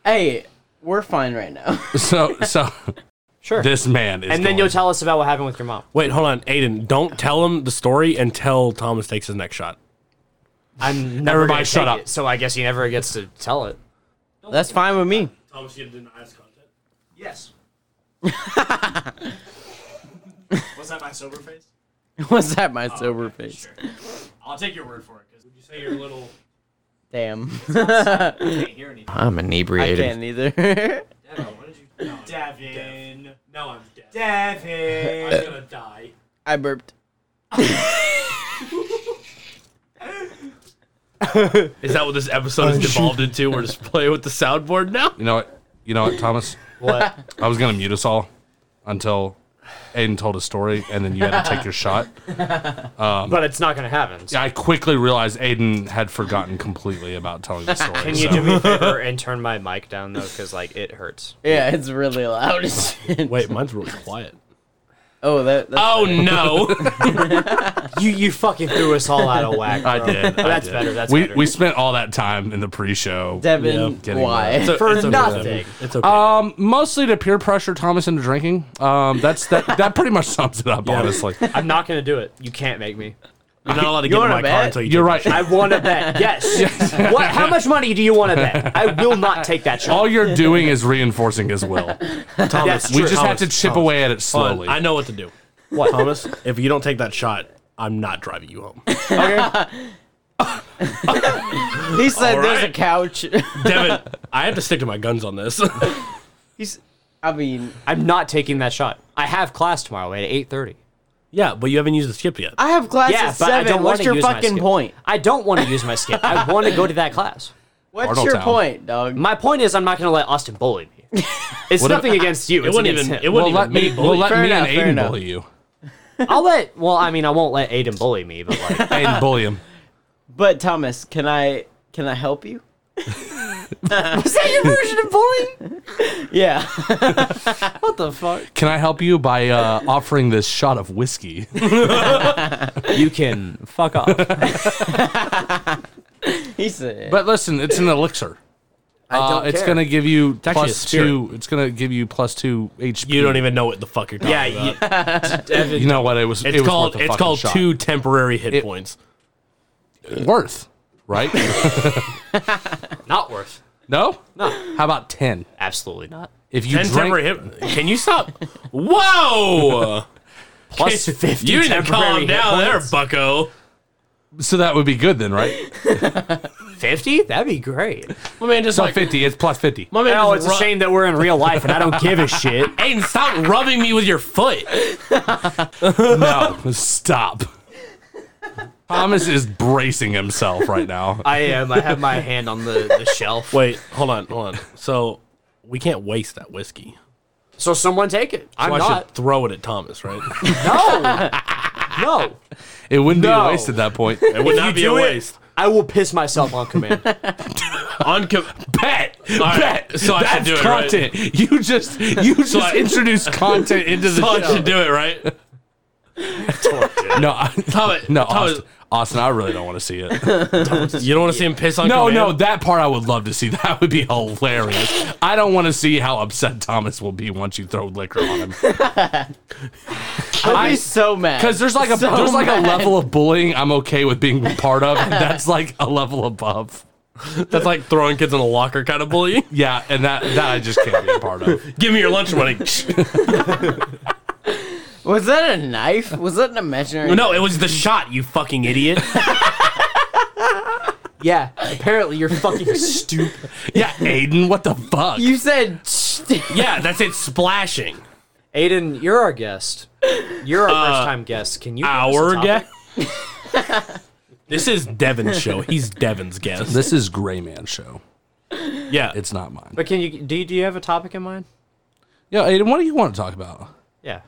[SPEAKER 6] Hey, we're fine right now.
[SPEAKER 2] So, so
[SPEAKER 8] Sure.
[SPEAKER 2] this man is.
[SPEAKER 8] and then
[SPEAKER 2] going-
[SPEAKER 8] you'll tell us about what happened with your mom.
[SPEAKER 9] Wait, hold on, Aiden. Don't tell him the story until Thomas takes his next shot.
[SPEAKER 8] I'm never
[SPEAKER 2] Everybody
[SPEAKER 8] gonna
[SPEAKER 2] shut
[SPEAKER 8] take
[SPEAKER 2] up.
[SPEAKER 8] it, so I guess he never gets to tell it.
[SPEAKER 6] That's fine with me.
[SPEAKER 9] Thomas, you didn't ask content.
[SPEAKER 8] Yes.
[SPEAKER 9] Was that my sober face?
[SPEAKER 6] What's that, my sober face?
[SPEAKER 9] I'll take your word for it. Because would you say your little?
[SPEAKER 6] Damn.
[SPEAKER 12] I'm
[SPEAKER 6] I
[SPEAKER 12] inebriated.
[SPEAKER 6] can't either.
[SPEAKER 9] Devin. No, I'm dead. Devin. I'm gonna die.
[SPEAKER 6] I burped.
[SPEAKER 9] Is that what this episode has devolved into? We're just playing with the soundboard now.
[SPEAKER 2] You know what? You know what, Thomas?
[SPEAKER 8] What?
[SPEAKER 2] I was gonna mute us all until Aiden told a story, and then you had to take your shot.
[SPEAKER 8] but it's not gonna happen. So
[SPEAKER 2] I quickly realized Aiden had forgotten completely about telling the story.
[SPEAKER 8] Can you
[SPEAKER 2] so-
[SPEAKER 8] do me a favor and turn my mic down though, because like it hurts.
[SPEAKER 6] Yeah, it's really loud. as shit.
[SPEAKER 9] Wait, mine's really quiet.
[SPEAKER 6] Oh, that. That's
[SPEAKER 3] Oh no!
[SPEAKER 8] You you fucking threw us all out of whack.
[SPEAKER 2] I did. I
[SPEAKER 8] that's
[SPEAKER 2] did.
[SPEAKER 8] better, that's
[SPEAKER 2] we
[SPEAKER 8] better.
[SPEAKER 2] we spent all that time in the pre-show.
[SPEAKER 6] Devin,
[SPEAKER 2] getting
[SPEAKER 6] why?
[SPEAKER 9] So
[SPEAKER 8] For
[SPEAKER 9] it's okay,
[SPEAKER 8] nothing.
[SPEAKER 9] Devin. It's okay.
[SPEAKER 2] Um, mostly to peer pressure Thomas into drinking. Um, that's that. That pretty much sums it up. Honestly,
[SPEAKER 8] I'm not gonna do it. You can't make me.
[SPEAKER 9] You're not allowed to
[SPEAKER 6] you
[SPEAKER 9] get in
[SPEAKER 6] wanna
[SPEAKER 9] my car
[SPEAKER 6] bet?
[SPEAKER 9] until you.
[SPEAKER 2] you're
[SPEAKER 9] take-
[SPEAKER 2] right.
[SPEAKER 8] I want to bet. Yes. what? How much money do you want to bet? I will not take that shot.
[SPEAKER 2] all you're doing is reinforcing his will.
[SPEAKER 9] Thomas.
[SPEAKER 2] We just have to
[SPEAKER 9] Thomas,
[SPEAKER 2] chip
[SPEAKER 9] Thomas,
[SPEAKER 2] away at it
[SPEAKER 9] hold on.
[SPEAKER 2] slowly.
[SPEAKER 9] Oh, I know what to do.
[SPEAKER 8] What?
[SPEAKER 9] Thomas? If you don't take that shot, I'm not driving you home.
[SPEAKER 6] He said
[SPEAKER 9] All
[SPEAKER 6] there's a
[SPEAKER 9] right.
[SPEAKER 6] couch.
[SPEAKER 9] Devin, I have to stick to my guns on this.
[SPEAKER 6] He's. I mean,
[SPEAKER 8] I'm not taking that shot. I have class tomorrow at 8:30.
[SPEAKER 9] yeah, but you haven't used the skip yet.
[SPEAKER 6] I have class
[SPEAKER 8] Yeah,
[SPEAKER 6] at
[SPEAKER 8] but I
[SPEAKER 6] seven.
[SPEAKER 8] don't want
[SPEAKER 6] What's
[SPEAKER 8] to
[SPEAKER 6] your
[SPEAKER 8] use my
[SPEAKER 6] fucking
[SPEAKER 8] skip.
[SPEAKER 6] point?
[SPEAKER 8] I don't want to use my skip. I want to go to that class.
[SPEAKER 6] What's
[SPEAKER 2] Arnold
[SPEAKER 6] your
[SPEAKER 2] Town.
[SPEAKER 6] point, dog?
[SPEAKER 8] My point is, I'm not going to let Austin bully me. It's nothing against you.
[SPEAKER 9] it
[SPEAKER 8] It's
[SPEAKER 9] wouldn't
[SPEAKER 8] against
[SPEAKER 9] even.
[SPEAKER 8] him.
[SPEAKER 9] It
[SPEAKER 2] well,
[SPEAKER 9] wouldn't
[SPEAKER 2] let
[SPEAKER 9] even
[SPEAKER 2] me.
[SPEAKER 9] be
[SPEAKER 2] Well,
[SPEAKER 9] bullying.
[SPEAKER 2] let
[SPEAKER 6] Fair
[SPEAKER 2] me
[SPEAKER 6] enough, fair
[SPEAKER 2] and Aiden
[SPEAKER 6] enough.
[SPEAKER 2] bully you.
[SPEAKER 8] I'll let. Well, I mean, I won't let Aiden bully me, but like,
[SPEAKER 2] Aiden bully him.
[SPEAKER 6] But Thomas, can I can I help you?
[SPEAKER 12] Is that your version of bullying?
[SPEAKER 6] Yeah.
[SPEAKER 2] Can I help you by uh, offering this shot of whiskey?
[SPEAKER 8] you can fuck off.
[SPEAKER 6] He said.
[SPEAKER 2] But listen, it's an elixir.
[SPEAKER 8] I
[SPEAKER 2] Uh,
[SPEAKER 8] don't
[SPEAKER 2] it's
[SPEAKER 8] care.
[SPEAKER 2] gonna give you
[SPEAKER 9] actually a
[SPEAKER 2] plus
[SPEAKER 9] spirit.
[SPEAKER 2] two. It's gonna give you plus two HP.
[SPEAKER 9] You don't even know what the fuck you're talking
[SPEAKER 8] Yeah,
[SPEAKER 9] about.
[SPEAKER 8] you,
[SPEAKER 2] You know what? It was.
[SPEAKER 9] it's
[SPEAKER 2] it was
[SPEAKER 9] called.
[SPEAKER 2] worth a
[SPEAKER 9] It's
[SPEAKER 2] fucking
[SPEAKER 9] called
[SPEAKER 2] shot.
[SPEAKER 9] two temporary hit
[SPEAKER 2] It-
[SPEAKER 9] points.
[SPEAKER 2] worth, right?
[SPEAKER 8] not worth.
[SPEAKER 2] no, no. How about ten?
[SPEAKER 8] Absolutely not.
[SPEAKER 2] If you
[SPEAKER 9] Ten
[SPEAKER 2] drink,
[SPEAKER 9] temporary hit. Can you stop? Whoa!
[SPEAKER 8] Plus fifty.
[SPEAKER 9] you need to
[SPEAKER 8] temporary
[SPEAKER 9] calm down
[SPEAKER 8] hit
[SPEAKER 9] there,
[SPEAKER 8] points.
[SPEAKER 9] Bucko.
[SPEAKER 2] so that would be good then, right?
[SPEAKER 8] Fifty? That'd be great.
[SPEAKER 9] My man just
[SPEAKER 2] So
[SPEAKER 9] like
[SPEAKER 2] fifty. It's plus fifty.
[SPEAKER 9] my man.
[SPEAKER 8] Oh, it's
[SPEAKER 9] just
[SPEAKER 8] a
[SPEAKER 9] ru-
[SPEAKER 8] shame that we're in real life and I don't give a shit.
[SPEAKER 9] Aiden, stop rubbing me with your foot.
[SPEAKER 2] No, stop. Thomas is bracing himself right now.
[SPEAKER 8] I am. I have my hand on the, the shelf.
[SPEAKER 9] Wait, hold on, hold on. So we can't waste that whiskey.
[SPEAKER 8] So someone take it.
[SPEAKER 9] So
[SPEAKER 8] I'm
[SPEAKER 9] I
[SPEAKER 8] not.
[SPEAKER 9] should throw it at Thomas, right?
[SPEAKER 8] No. No.
[SPEAKER 2] It wouldn't be
[SPEAKER 8] No.
[SPEAKER 2] a waste at that point.
[SPEAKER 9] It would not be a
[SPEAKER 8] do it-
[SPEAKER 9] waste.
[SPEAKER 8] I will piss myself on command.
[SPEAKER 9] On com-
[SPEAKER 2] Bet, bet.
[SPEAKER 9] so I
[SPEAKER 2] That's
[SPEAKER 9] should do it, right?
[SPEAKER 2] content. You just, you just
[SPEAKER 9] I-
[SPEAKER 2] introduced content into the
[SPEAKER 9] So I
[SPEAKER 2] show.
[SPEAKER 9] should do it, right?
[SPEAKER 2] No, I,
[SPEAKER 9] Thomas,
[SPEAKER 2] no,
[SPEAKER 9] Thomas,
[SPEAKER 2] Austin, Austin, I really don't want to see it.
[SPEAKER 9] you don't want to see him piss on
[SPEAKER 2] No,
[SPEAKER 9] command?
[SPEAKER 2] no, that part I would love to see. That would be hilarious. I don't want to see how upset Thomas will be once you throw liquor on him.
[SPEAKER 6] I'd be so mad.
[SPEAKER 2] Because there's like a
[SPEAKER 6] So
[SPEAKER 2] there's like
[SPEAKER 6] mad.
[SPEAKER 2] a level of bullying I'm okay with being part of, and that's like a level above.
[SPEAKER 9] That's like throwing kids in a locker kind of bullying.
[SPEAKER 2] Yeah, and that that I just can't be a part of.
[SPEAKER 9] Give me your lunch money.
[SPEAKER 6] Was that a knife? Was that an imaginary?
[SPEAKER 9] no, it was the shot, you fucking idiot.
[SPEAKER 8] yeah. Apparently you're fucking stupid.
[SPEAKER 2] Yeah, Aiden, what the fuck?
[SPEAKER 6] You said. Shh.
[SPEAKER 9] yeah, that's it splashing.
[SPEAKER 8] Aiden, you're our guest. You're our first time guest. Can you give us a
[SPEAKER 9] Our
[SPEAKER 8] topic?
[SPEAKER 9] guest. this is Devin's show. He's Devin's guest.
[SPEAKER 2] this is Gray Man Show.
[SPEAKER 9] Yeah,
[SPEAKER 2] It's not mine.
[SPEAKER 8] But can you do you, do you have a topic in mind?
[SPEAKER 2] Yeah, Aiden, what do you want to talk about?
[SPEAKER 8] Yeah.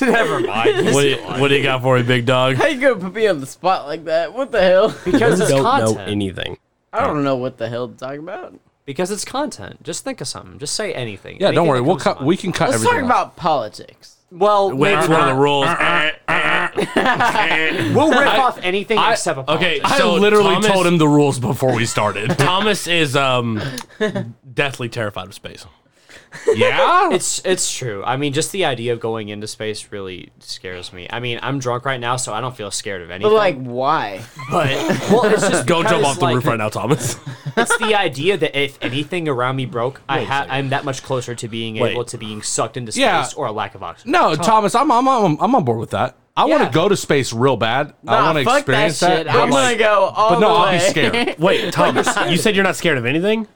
[SPEAKER 8] Never mind.
[SPEAKER 9] what do, you, what do you got for me, big dog?
[SPEAKER 6] How you gonna put me on the spot like that? What the hell?
[SPEAKER 8] Because it's content.
[SPEAKER 9] anything.
[SPEAKER 6] I don't know what the hell to talk about.
[SPEAKER 8] because it's content. Just think of something. Just say anything.
[SPEAKER 2] Yeah,
[SPEAKER 8] Anything
[SPEAKER 2] don't worry.
[SPEAKER 8] that
[SPEAKER 2] We'll
[SPEAKER 8] comes to
[SPEAKER 2] cut.
[SPEAKER 8] mind.
[SPEAKER 2] We can cut
[SPEAKER 6] Let's
[SPEAKER 2] everything.
[SPEAKER 6] talk
[SPEAKER 2] out.
[SPEAKER 6] about politics.
[SPEAKER 8] Well,
[SPEAKER 9] Wade's one of the rules. Eh, eh, eh.
[SPEAKER 8] we'll rip off anything
[SPEAKER 9] I-
[SPEAKER 8] except a
[SPEAKER 9] okay,
[SPEAKER 8] politics.
[SPEAKER 2] I
[SPEAKER 9] So
[SPEAKER 2] literally
[SPEAKER 9] Thomas-
[SPEAKER 2] told him the rules before we started.
[SPEAKER 9] Thomas is um deathly terrified of space.
[SPEAKER 2] yeah,
[SPEAKER 8] It's it's true. I mean, just the idea of going into space really scares me. I mean, I'm drunk right now, so I don't feel scared of anything.
[SPEAKER 6] But like, why?
[SPEAKER 8] but well, it's just
[SPEAKER 9] Go jump off the
[SPEAKER 8] like,
[SPEAKER 9] roof right now, Thomas.
[SPEAKER 8] It's the idea that if anything around me broke, I ha- I'm that much closer to being
[SPEAKER 9] Wait.
[SPEAKER 8] able to being sucked into space
[SPEAKER 2] Yeah.
[SPEAKER 8] or a lack of oxygen.
[SPEAKER 2] No, Thomas, I'm I'm I'm, I'm on board with that. I want
[SPEAKER 8] Yeah.
[SPEAKER 2] to go to space real bad. I
[SPEAKER 6] Nah,
[SPEAKER 2] want to
[SPEAKER 6] Ah, fuck
[SPEAKER 2] experience
[SPEAKER 6] that
[SPEAKER 2] that.
[SPEAKER 6] shit.
[SPEAKER 2] but
[SPEAKER 6] I'm
[SPEAKER 2] like-
[SPEAKER 6] gonna go all
[SPEAKER 2] But no,
[SPEAKER 6] the
[SPEAKER 2] I'll
[SPEAKER 6] way.
[SPEAKER 2] be scared.
[SPEAKER 9] Wait, Thomas, you said you're not scared of anything?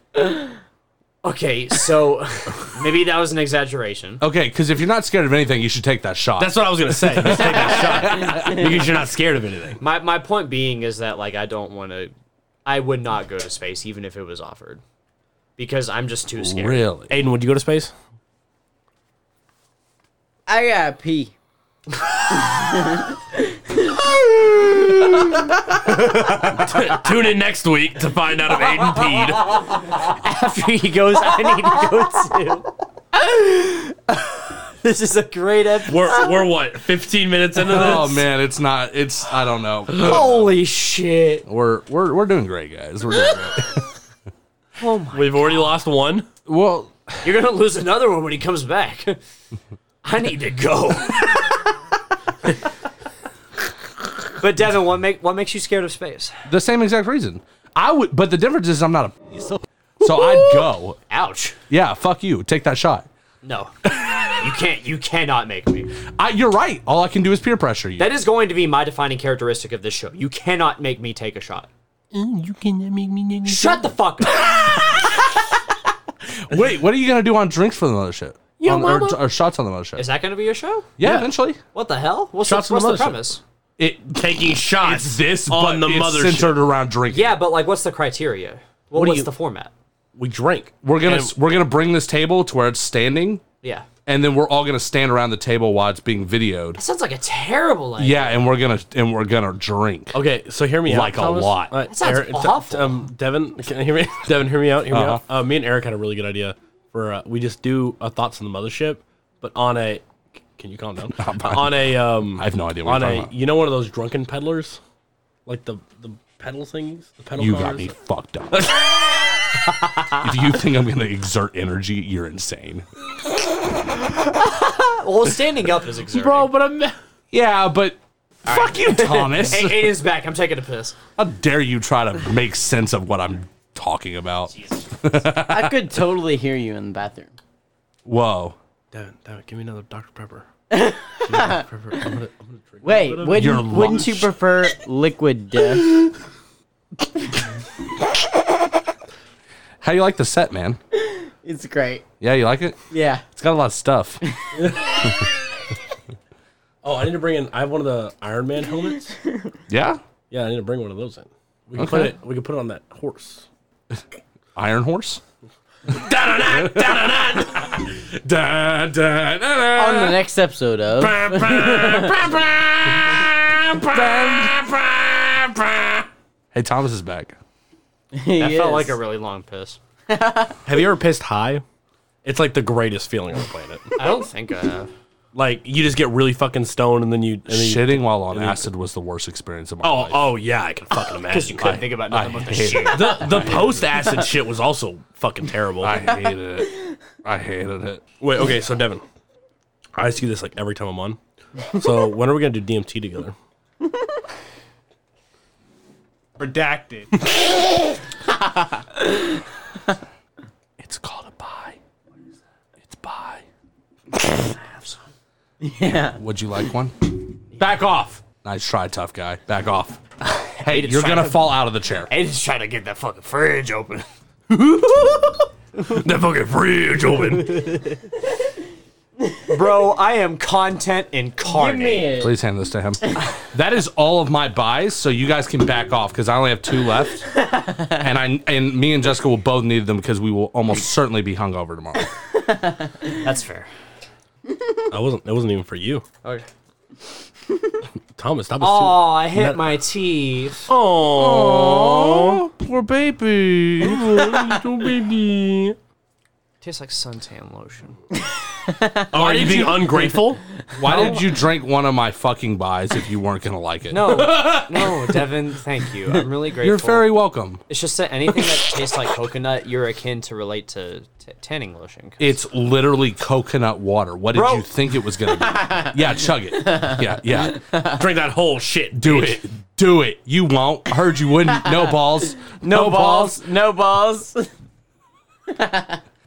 [SPEAKER 8] Okay, so maybe that was an exaggeration.
[SPEAKER 2] Okay, because if you're not scared of anything, you should take that shot.
[SPEAKER 9] That's what I was gonna say. Just take that shot because you're not scared of anything.
[SPEAKER 8] My my point being is that like I don't want to, I would not go to space even if it was offered, because I'm just too scared.
[SPEAKER 2] really.
[SPEAKER 9] Aiden, would you go to space?
[SPEAKER 6] I gotta pee.
[SPEAKER 4] Tune in next week to find out if Aiden peed.
[SPEAKER 8] After he goes, I need to go too. this is a great episode.
[SPEAKER 4] We're, we're what, 15 minutes into this?
[SPEAKER 2] Oh man, it's not. It's I don't know.
[SPEAKER 8] Holy shit.
[SPEAKER 2] We're we're we're doing great, guys. We're doing great.
[SPEAKER 4] We've already lost one.
[SPEAKER 2] Well,
[SPEAKER 8] You're gonna lose another one when he comes back. I need to go. but Devin, what make what makes you scared of space?
[SPEAKER 2] the same exact reason. I would, but the difference is I'm not a. So I'd go.
[SPEAKER 8] Ouch.
[SPEAKER 2] Yeah, fuck you. Take that shot.
[SPEAKER 8] No. You can't you cannot make me.
[SPEAKER 2] I, you're right. All I can do is peer pressure you.
[SPEAKER 8] That is going to be my defining characteristic of this show. You cannot make me take a shot.
[SPEAKER 3] You cannot make me.
[SPEAKER 8] Shut the fuck up.
[SPEAKER 2] Wait, what are you gonna do on drinks for the mothership?
[SPEAKER 3] Yo,
[SPEAKER 2] on, or,
[SPEAKER 3] mama.
[SPEAKER 2] or shots on the mothership?
[SPEAKER 8] Is that gonna be your show?
[SPEAKER 2] yeah, eventually.
[SPEAKER 8] What the hell? What's,
[SPEAKER 3] Shots
[SPEAKER 8] the,
[SPEAKER 3] on
[SPEAKER 8] what's
[SPEAKER 3] the
[SPEAKER 8] the,
[SPEAKER 3] mothership.
[SPEAKER 8] premise?
[SPEAKER 4] It taking shots.
[SPEAKER 2] It's this
[SPEAKER 4] on
[SPEAKER 2] but
[SPEAKER 4] the
[SPEAKER 2] it's
[SPEAKER 4] mothership.
[SPEAKER 2] centered around drinking.
[SPEAKER 8] Yeah, but like what's the criteria? What,
[SPEAKER 3] do
[SPEAKER 8] what's
[SPEAKER 3] you-
[SPEAKER 8] the format?
[SPEAKER 3] We drank.
[SPEAKER 2] we're gonna we're gonna bring this table to where it's standing,
[SPEAKER 8] Yeah.
[SPEAKER 2] and then we're all gonna stand around the table while it's being
[SPEAKER 8] That
[SPEAKER 2] videoed.
[SPEAKER 8] sounds like a terrible idea.
[SPEAKER 2] Yeah, and we're gonna and we're gonna drink.
[SPEAKER 9] Okay, so hear me out.
[SPEAKER 2] Like a
[SPEAKER 9] Thomas.
[SPEAKER 2] lot.
[SPEAKER 9] Uh,
[SPEAKER 8] That sounds
[SPEAKER 9] Eric-
[SPEAKER 8] awful.
[SPEAKER 9] um, Devin, can you hear me? Devin, hear me out. Hear
[SPEAKER 2] Uh-huh.
[SPEAKER 9] me out. Uh, me and Eric had a really good idea for uh, we just do a thoughts on the mothership, but on a. Can you calm down? on a. Um,
[SPEAKER 2] I have no idea what
[SPEAKER 9] on
[SPEAKER 2] you're
[SPEAKER 9] a.
[SPEAKER 2] talking about.
[SPEAKER 9] You know, one of those drunken peddlers, like the the pedal things, the pedal.
[SPEAKER 2] You
[SPEAKER 9] cars?
[SPEAKER 2] got me fucked up. if you think I'm gonna exert energy, you're insane.
[SPEAKER 8] Well standing up is exerting.
[SPEAKER 9] bro. But I'm.
[SPEAKER 2] Yeah, but fuck you, Thomas.
[SPEAKER 8] Hey, Aiden's back. I'm taking a piss.
[SPEAKER 2] How dare you try to make sense of what I'm talking about?
[SPEAKER 6] I could totally hear you in the bathroom.
[SPEAKER 2] Whoa.
[SPEAKER 9] Devin, Devin, give me another Dr Pepper. Give me Dr. Pepper. I'm gonna, I'm gonna drink.
[SPEAKER 6] Wait, wouldn't,
[SPEAKER 2] You're
[SPEAKER 6] wouldn't you prefer liquid death?
[SPEAKER 2] How you like the set, man?
[SPEAKER 6] It's great.
[SPEAKER 2] Yeah, you like it?
[SPEAKER 6] Yeah.
[SPEAKER 2] It's got a lot of stuff.
[SPEAKER 9] Oh, I need to bring in. I have one of the Iron Man helmets.
[SPEAKER 2] Yeah?
[SPEAKER 9] Yeah, I need to bring one of those in. We can put
[SPEAKER 2] Okay.
[SPEAKER 9] it. We can put it on that horse.
[SPEAKER 2] Iron Horse? Da-da-da, da-da-da. Da-da-da-da.
[SPEAKER 6] On the next episode of.
[SPEAKER 2] Hey, Thomas is back.
[SPEAKER 8] That felt like a really long piss.
[SPEAKER 9] Have you ever pissed high? It's like the greatest feeling on the planet.
[SPEAKER 8] I don't think I have.
[SPEAKER 9] like you just get really fucking stoned, and then you. And then you
[SPEAKER 2] Shitting while on acid was the worst experience of my
[SPEAKER 9] oh,
[SPEAKER 2] life.
[SPEAKER 9] oh yeah, I can fucking
[SPEAKER 8] Because
[SPEAKER 9] imagine.
[SPEAKER 8] you couldn't think about nothing but the
[SPEAKER 2] hated
[SPEAKER 8] shit.
[SPEAKER 2] it.
[SPEAKER 9] the the post acid shit was also fucking terrible.
[SPEAKER 2] I hated it. I hated it.
[SPEAKER 9] Wait, okay, so Devin, I ask you this like every time I'm on. So when are we gonna do DMT together?
[SPEAKER 12] Redacted.
[SPEAKER 2] It's called a pie. It's pie.
[SPEAKER 6] Yeah.
[SPEAKER 2] Would you like one?
[SPEAKER 8] Back off.
[SPEAKER 2] Nice try, tough guy. Back off. Hey,
[SPEAKER 8] to
[SPEAKER 2] you're
[SPEAKER 8] try
[SPEAKER 2] gonna
[SPEAKER 8] to-
[SPEAKER 2] fall out of the chair.
[SPEAKER 8] Aiden's trying to get that fucking fridge open.
[SPEAKER 9] that fucking fridge open.
[SPEAKER 8] Bro, I am content
[SPEAKER 6] Give me
[SPEAKER 8] incarnate.
[SPEAKER 6] it.
[SPEAKER 2] Please hand this to him. that is all of my buys, so you guys can back off because I only have two left, and I and me and Jessica will both need them because we will almost certainly be hungover tomorrow.
[SPEAKER 8] That's fair.
[SPEAKER 9] I wasn't. It wasn't even for you,
[SPEAKER 8] Okay.
[SPEAKER 9] Thomas. That
[SPEAKER 8] Oh,
[SPEAKER 9] was
[SPEAKER 8] I hit my teeth.
[SPEAKER 9] too. Oh,
[SPEAKER 2] Poor baby.
[SPEAKER 9] baby.
[SPEAKER 8] Tastes like suntan lotion.
[SPEAKER 9] Are you being ungrateful?
[SPEAKER 2] Why did you drink one of my fucking buys if you weren't gonna like it?
[SPEAKER 8] No, no, Devin, thank you. I'm really grateful.
[SPEAKER 2] You're very welcome.
[SPEAKER 8] It's just that anything that tastes like coconut, you're akin to relate to t- tanning lotion.
[SPEAKER 2] It's literally coconut water. What did
[SPEAKER 8] Bro.
[SPEAKER 2] you think it was gonna be? yeah, chug it. Yeah, yeah.
[SPEAKER 9] Drink that whole shit.
[SPEAKER 2] Do it. Do it. You won't. I heard you wouldn't. No balls. No, balls.
[SPEAKER 6] No balls.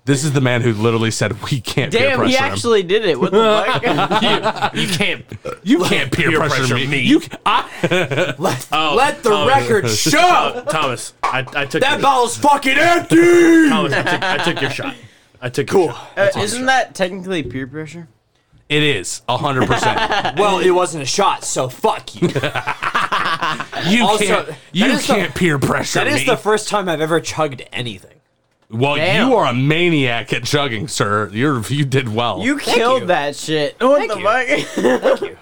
[SPEAKER 2] This is the man who literally said we can't peer
[SPEAKER 6] Damn,
[SPEAKER 2] pressure
[SPEAKER 6] he
[SPEAKER 2] him."
[SPEAKER 6] actually did it. What the fuck?
[SPEAKER 9] You can't.
[SPEAKER 2] You can't peer, pressure, me. You, I,
[SPEAKER 8] Let the record show
[SPEAKER 9] Oh, Thomas, I, I took your,
[SPEAKER 8] bottle's fucking empty.
[SPEAKER 9] Thomas, I took, I took your shot. I took your shot.
[SPEAKER 6] Uh, isn't that technically peer pressure?
[SPEAKER 2] it is Oh, hundred percent.
[SPEAKER 8] Well, it wasn't a shot, so fuck you.
[SPEAKER 2] You
[SPEAKER 8] Also,
[SPEAKER 2] can't.
[SPEAKER 8] that
[SPEAKER 2] You
[SPEAKER 8] is the-
[SPEAKER 2] can't peer pressure
[SPEAKER 8] That
[SPEAKER 2] me.
[SPEAKER 8] is the first time I've ever chugged anything.
[SPEAKER 2] Well,
[SPEAKER 6] Damn.
[SPEAKER 2] you are a maniac at chugging, sir. You're you did well.
[SPEAKER 6] You killed that shit. What the fuck?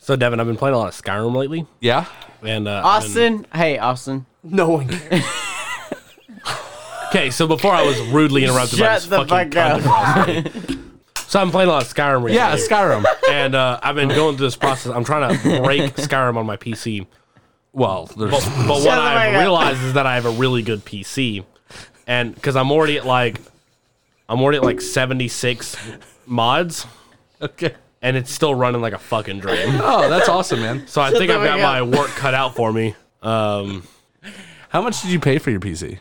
[SPEAKER 9] So Devin, I've been playing a lot of Skyrim lately,
[SPEAKER 2] yeah.
[SPEAKER 9] and uh, I've been-
[SPEAKER 6] Austin, hey Austin,
[SPEAKER 8] No one cares.
[SPEAKER 9] Okay, so before I was rudely interrupted by
[SPEAKER 6] shut
[SPEAKER 9] this
[SPEAKER 6] the
[SPEAKER 9] fucking
[SPEAKER 6] fuck
[SPEAKER 9] cunt.
[SPEAKER 6] up.
[SPEAKER 9] So I'm playing a lot of Skyrim recently.
[SPEAKER 2] Yeah, Skyrim.
[SPEAKER 9] and uh, I've been going through this process. I'm trying to break Skyrim on my PC.
[SPEAKER 2] well, there's
[SPEAKER 9] But, but what
[SPEAKER 6] Shut the fuck
[SPEAKER 9] I
[SPEAKER 6] up.
[SPEAKER 9] realized is that I have a really good PC, and because I'm already at like, I'm already at like 76 mods,
[SPEAKER 2] okay.
[SPEAKER 9] and it's still running like a fucking dream.
[SPEAKER 2] Oh, that's awesome, man.
[SPEAKER 9] So I think I've
[SPEAKER 6] the
[SPEAKER 9] got
[SPEAKER 6] fuck
[SPEAKER 9] my work cut out for me. Um,
[SPEAKER 2] How much did you pay for your PC?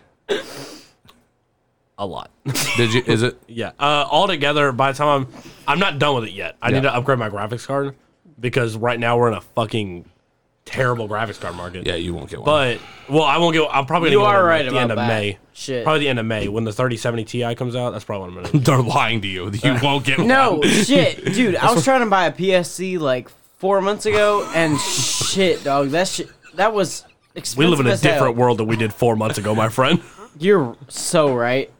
[SPEAKER 9] a lot.
[SPEAKER 2] Did you? Is it?
[SPEAKER 9] Yeah. Uh, altogether, by the time I'm, I'm not done with it yet. I
[SPEAKER 2] Yeah.
[SPEAKER 9] need to upgrade my graphics card because right now we're in a fucking terrible graphics card market.
[SPEAKER 2] Yeah, you won't get one.
[SPEAKER 9] But well, I won't go. I'm probably gonna
[SPEAKER 6] You
[SPEAKER 9] get
[SPEAKER 6] are
[SPEAKER 9] one
[SPEAKER 6] right
[SPEAKER 9] at the
[SPEAKER 6] about
[SPEAKER 9] end of
[SPEAKER 6] that.
[SPEAKER 9] May.
[SPEAKER 6] Shit.
[SPEAKER 9] Probably the end of May when the 3070 Ti comes out. That's probably what I'm gonna. do.
[SPEAKER 2] they're lying to you. You won't get
[SPEAKER 6] No
[SPEAKER 2] one.
[SPEAKER 6] shit, dude. I was trying to buy a PSC like four months ago, and shit, dog. That shit. That was expensive.
[SPEAKER 9] We live in a
[SPEAKER 6] as hell.
[SPEAKER 9] different world than we did four months ago, my friend.
[SPEAKER 6] You're so right.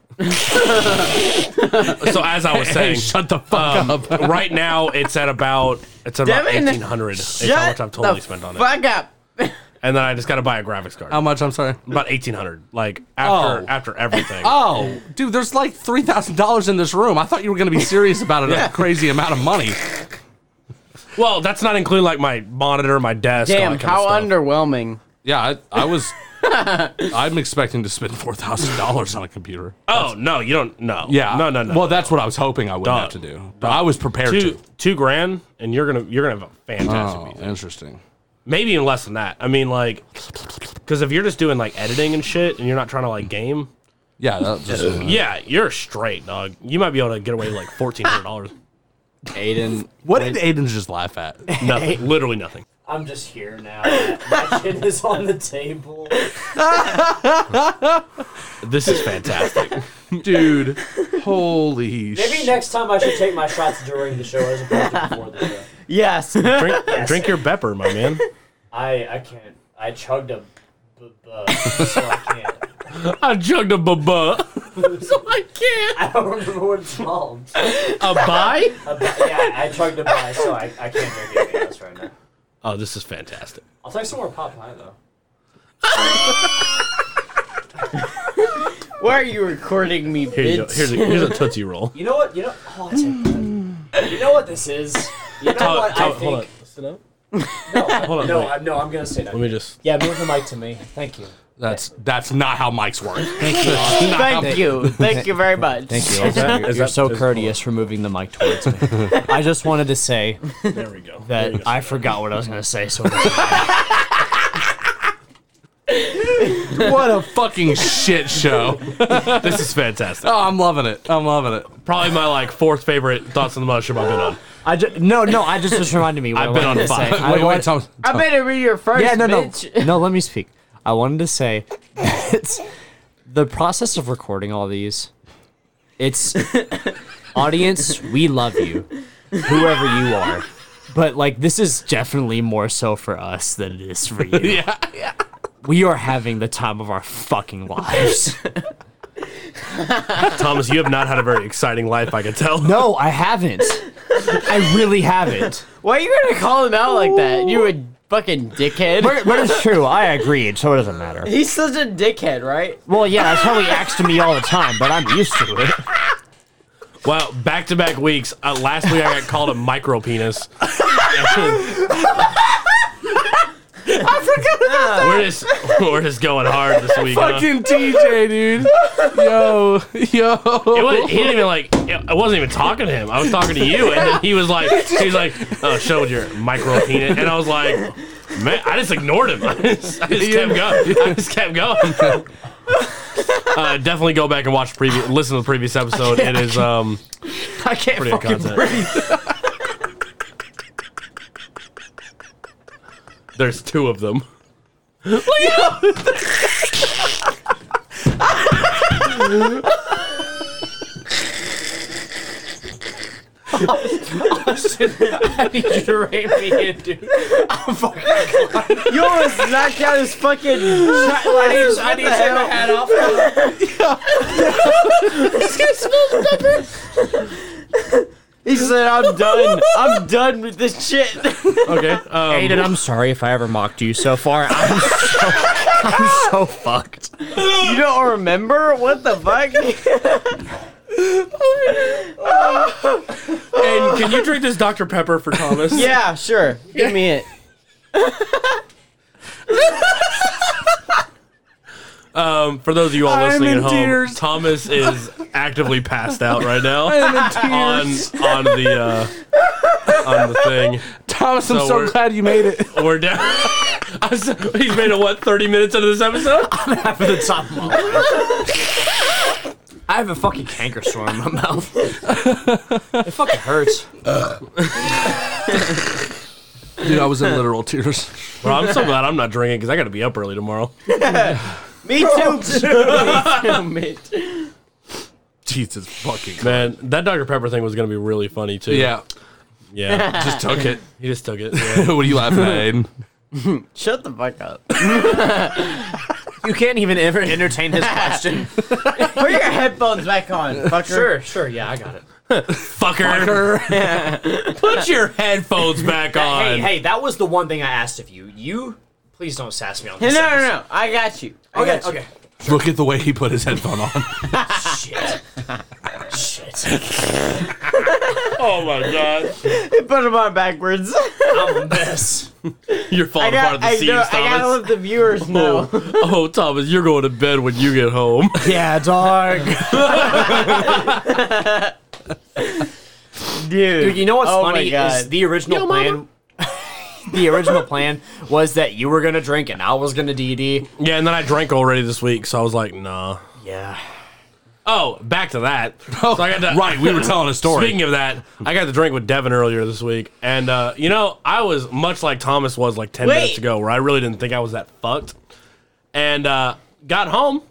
[SPEAKER 9] So as I was
[SPEAKER 2] Hey,
[SPEAKER 9] saying, um,
[SPEAKER 2] shut the fuck up.
[SPEAKER 9] right now it's at about it's at about
[SPEAKER 6] Devin,
[SPEAKER 9] 1800. It's how
[SPEAKER 6] Shut
[SPEAKER 9] much I've totally
[SPEAKER 6] the
[SPEAKER 9] spent on it,
[SPEAKER 6] fuck up.
[SPEAKER 9] and then I just gotta buy a graphics card.
[SPEAKER 2] How much? I'm sorry.
[SPEAKER 9] about 1800, like after
[SPEAKER 2] Um, Oh.
[SPEAKER 9] after everything.
[SPEAKER 2] Oh, dude, there's like three thousand dollars in this room. I thought you were gonna be serious about it. A crazy amount of money.
[SPEAKER 9] Well, that's not including like my monitor, my desk. all
[SPEAKER 6] Damn,
[SPEAKER 9] that kind of
[SPEAKER 6] how
[SPEAKER 9] stuff.
[SPEAKER 6] underwhelming.
[SPEAKER 2] Yeah, I, I was. I'm expecting to spend four thousand dollars on a computer.
[SPEAKER 9] Oh no, you don't. No.
[SPEAKER 2] Yeah.
[SPEAKER 9] No. No. No.
[SPEAKER 2] Well, that's what I was hoping I would
[SPEAKER 9] Duh.
[SPEAKER 2] have to do. But I was prepared
[SPEAKER 9] two
[SPEAKER 2] to.
[SPEAKER 9] two grand, and you're gonna you're gonna have a fantastic
[SPEAKER 2] Oh,
[SPEAKER 9] PC.
[SPEAKER 2] interesting.
[SPEAKER 9] Maybe even less than that. I mean, like, because if you're just doing like editing and shit, and you're not trying to like game,
[SPEAKER 2] Yeah, that just,
[SPEAKER 9] yeah, you're straight, dog. You might be able to get away with like fourteen hundred dollars.
[SPEAKER 8] Aiden.
[SPEAKER 2] what did Aiden just laugh at?
[SPEAKER 9] nothing. Literally nothing.
[SPEAKER 8] I'm just here now. My chin is on the table.
[SPEAKER 9] This is fantastic.
[SPEAKER 2] Dude, holy
[SPEAKER 8] Maybe
[SPEAKER 2] shit.
[SPEAKER 8] next time I should take my shots during the show as opposed to before the show.
[SPEAKER 6] Yes.
[SPEAKER 9] drink, drink your Bepper, my man.
[SPEAKER 8] I, I can't. I chugged a b- b- so I can't.
[SPEAKER 9] I jugged a baba.
[SPEAKER 8] I don't remember what it's called.
[SPEAKER 9] A buy?
[SPEAKER 8] A bi- Uh, yeah, I chugged a bye, so I, I can't drink anything else right now.
[SPEAKER 9] Oh, this is fantastic.
[SPEAKER 8] I'll take some more pop pie though.
[SPEAKER 6] Why are you recording me,
[SPEAKER 9] Here you go.
[SPEAKER 6] bitch?
[SPEAKER 9] Here's a, here's a tootsie roll.
[SPEAKER 8] You know what? You know. Oh, I'll take that. You know what this is. You know
[SPEAKER 9] Oh,
[SPEAKER 8] what
[SPEAKER 9] tell-
[SPEAKER 8] I think.
[SPEAKER 9] hold on.
[SPEAKER 8] No,
[SPEAKER 9] on,
[SPEAKER 8] no,
[SPEAKER 9] wait.
[SPEAKER 8] I, no, I'm gonna say that.
[SPEAKER 9] Let me just.
[SPEAKER 8] Yeah, move the mic to me. Thank you.
[SPEAKER 2] That's that's not how mics work.
[SPEAKER 6] Thank you. Thank you very much.
[SPEAKER 13] Thank you. Austin. You're, you're
[SPEAKER 9] that-
[SPEAKER 13] so
[SPEAKER 9] is-
[SPEAKER 13] courteous for moving the mic towards me. I just wanted to say
[SPEAKER 9] There we go. There we
[SPEAKER 13] that
[SPEAKER 9] go.
[SPEAKER 13] I forgot what I was going to say. So
[SPEAKER 2] what a fucking shit show.
[SPEAKER 9] this is fantastic.
[SPEAKER 2] Oh, I'm loving it. I'm loving it.
[SPEAKER 9] Probably my like fourth favorite thoughts on the mothership I've been on.
[SPEAKER 13] I just, no, no. I just just reminded me. What
[SPEAKER 9] I've
[SPEAKER 13] I
[SPEAKER 9] been
[SPEAKER 13] wanted to
[SPEAKER 9] on fire.
[SPEAKER 13] Say. I
[SPEAKER 2] Wait, wait,
[SPEAKER 13] wanted-
[SPEAKER 2] Tom.
[SPEAKER 6] I better read your first,
[SPEAKER 13] yeah, no,
[SPEAKER 6] bitch.
[SPEAKER 13] no, no. Let me speak. I wanted to say that the process of recording all these. It's audience. We love you, whoever you are. But like, this is definitely more so for us than it is for you. yeah, yeah. We are having the time of our fucking lives.
[SPEAKER 9] Thomas, you have not had a very exciting life, I can tell.
[SPEAKER 13] no, I haven't. I really haven't.
[SPEAKER 6] Why are you gonna call him out like that? You a fucking dickhead.
[SPEAKER 13] But, but it's true. I agreed, so it doesn't matter.
[SPEAKER 6] He's such a dickhead, right?
[SPEAKER 13] Well, yeah, that's how he acts to me all the time, but I'm used to it.
[SPEAKER 9] Well, back to back weeks. Uh, last week I got called a micro penis. I forgot about that. We're just we're just going hard this week. huh?
[SPEAKER 2] Fucking TJ, dude. Yo,
[SPEAKER 9] It
[SPEAKER 2] yo.
[SPEAKER 9] was, he didn't even like. I wasn't even talking to him. I was talking to you, and then he was like, he was like, "Oh, showed your micro penis," and I was like, "Man, I just ignored him. I just, I just kept going. I just kept going." Uh, definitely go back and watch the previous, listen to the previous episode. It is um,
[SPEAKER 6] I can't
[SPEAKER 9] pretty good
[SPEAKER 6] fucking
[SPEAKER 9] content. There's two of them.
[SPEAKER 8] I need you to rein me in, dude.
[SPEAKER 6] You almost knocked out his fucking. I need, I need hell?
[SPEAKER 8] Hat off.
[SPEAKER 6] He said, "I'm done. I'm done with this shit."
[SPEAKER 9] Okay. Um,
[SPEAKER 13] Aiden, I'm sorry if I ever mocked you so far. I'm so, I'm so fucked.
[SPEAKER 6] You don't remember what the fuck?
[SPEAKER 9] and can you drink this Dr. Pepper for Thomas?
[SPEAKER 6] yeah, sure. Give me it.
[SPEAKER 9] Um, for those of you all listening at home, Thomas is actively passed out right now on on the uh, on the thing.
[SPEAKER 2] Thomas, I'm
[SPEAKER 9] So
[SPEAKER 2] so
[SPEAKER 9] we're-
[SPEAKER 2] glad you made it.
[SPEAKER 9] We're down. I'm so- He's made it what 30 minutes into this episode.
[SPEAKER 8] I have a fucking canker sore in my mouth. it fucking hurts.
[SPEAKER 2] Dude, I was in literal tears.
[SPEAKER 9] Bro, I'm so glad I'm not drinking because I got to be up early tomorrow.
[SPEAKER 6] Me too.
[SPEAKER 2] Jesus fucking.
[SPEAKER 9] Man, that Dr Pepper thing was gonna be really funny too.
[SPEAKER 2] Yeah,
[SPEAKER 9] yeah.
[SPEAKER 2] just took it.
[SPEAKER 9] He just took it. yeah.
[SPEAKER 2] what are you laughing at, Aiden?
[SPEAKER 6] Shut the fuck up.
[SPEAKER 8] You can't even ever entertain his question.
[SPEAKER 6] Put your headphones back on, fucker.
[SPEAKER 8] sure, sure, yeah, I got it.
[SPEAKER 9] Fucker. Put your headphones back on.
[SPEAKER 4] Um,
[SPEAKER 8] Hey, hey, that was the one thing I asked of you. You please don't sass me on
[SPEAKER 6] No,
[SPEAKER 8] this.
[SPEAKER 6] no, no. I got you. I
[SPEAKER 8] Okay,
[SPEAKER 6] got you.
[SPEAKER 8] okay.
[SPEAKER 2] Look at the way he put his headphone on.
[SPEAKER 8] Shit. Shit.
[SPEAKER 9] Oh my god.
[SPEAKER 6] Put them on backwards.
[SPEAKER 8] I'm a mess.
[SPEAKER 9] You're falling
[SPEAKER 6] I
[SPEAKER 9] apart
[SPEAKER 6] got.
[SPEAKER 9] at the
[SPEAKER 6] I,
[SPEAKER 9] seams,
[SPEAKER 6] know, I gotta
[SPEAKER 9] Thomas.
[SPEAKER 6] let the viewers know.
[SPEAKER 9] Oh, Thomas, you're going to bed when you get home.
[SPEAKER 13] Yeah, dog.
[SPEAKER 8] Dude, you know what's
[SPEAKER 6] Oh my
[SPEAKER 8] funny
[SPEAKER 6] God.
[SPEAKER 8] is the original plan. the original plan was that you were gonna drink and I was gonna DD.
[SPEAKER 9] Yeah, and then I drank already this week, so I was like, nah.
[SPEAKER 8] Yeah.
[SPEAKER 9] Oh, back to that. so I got to,
[SPEAKER 2] right, we were telling a story.
[SPEAKER 9] Speaking of that, I got to drink with Devin earlier this week, and uh, you know, I was much like Thomas was like ten
[SPEAKER 6] Wait.
[SPEAKER 9] minutes ago, where I really didn't think I was that fucked, and uh, got home,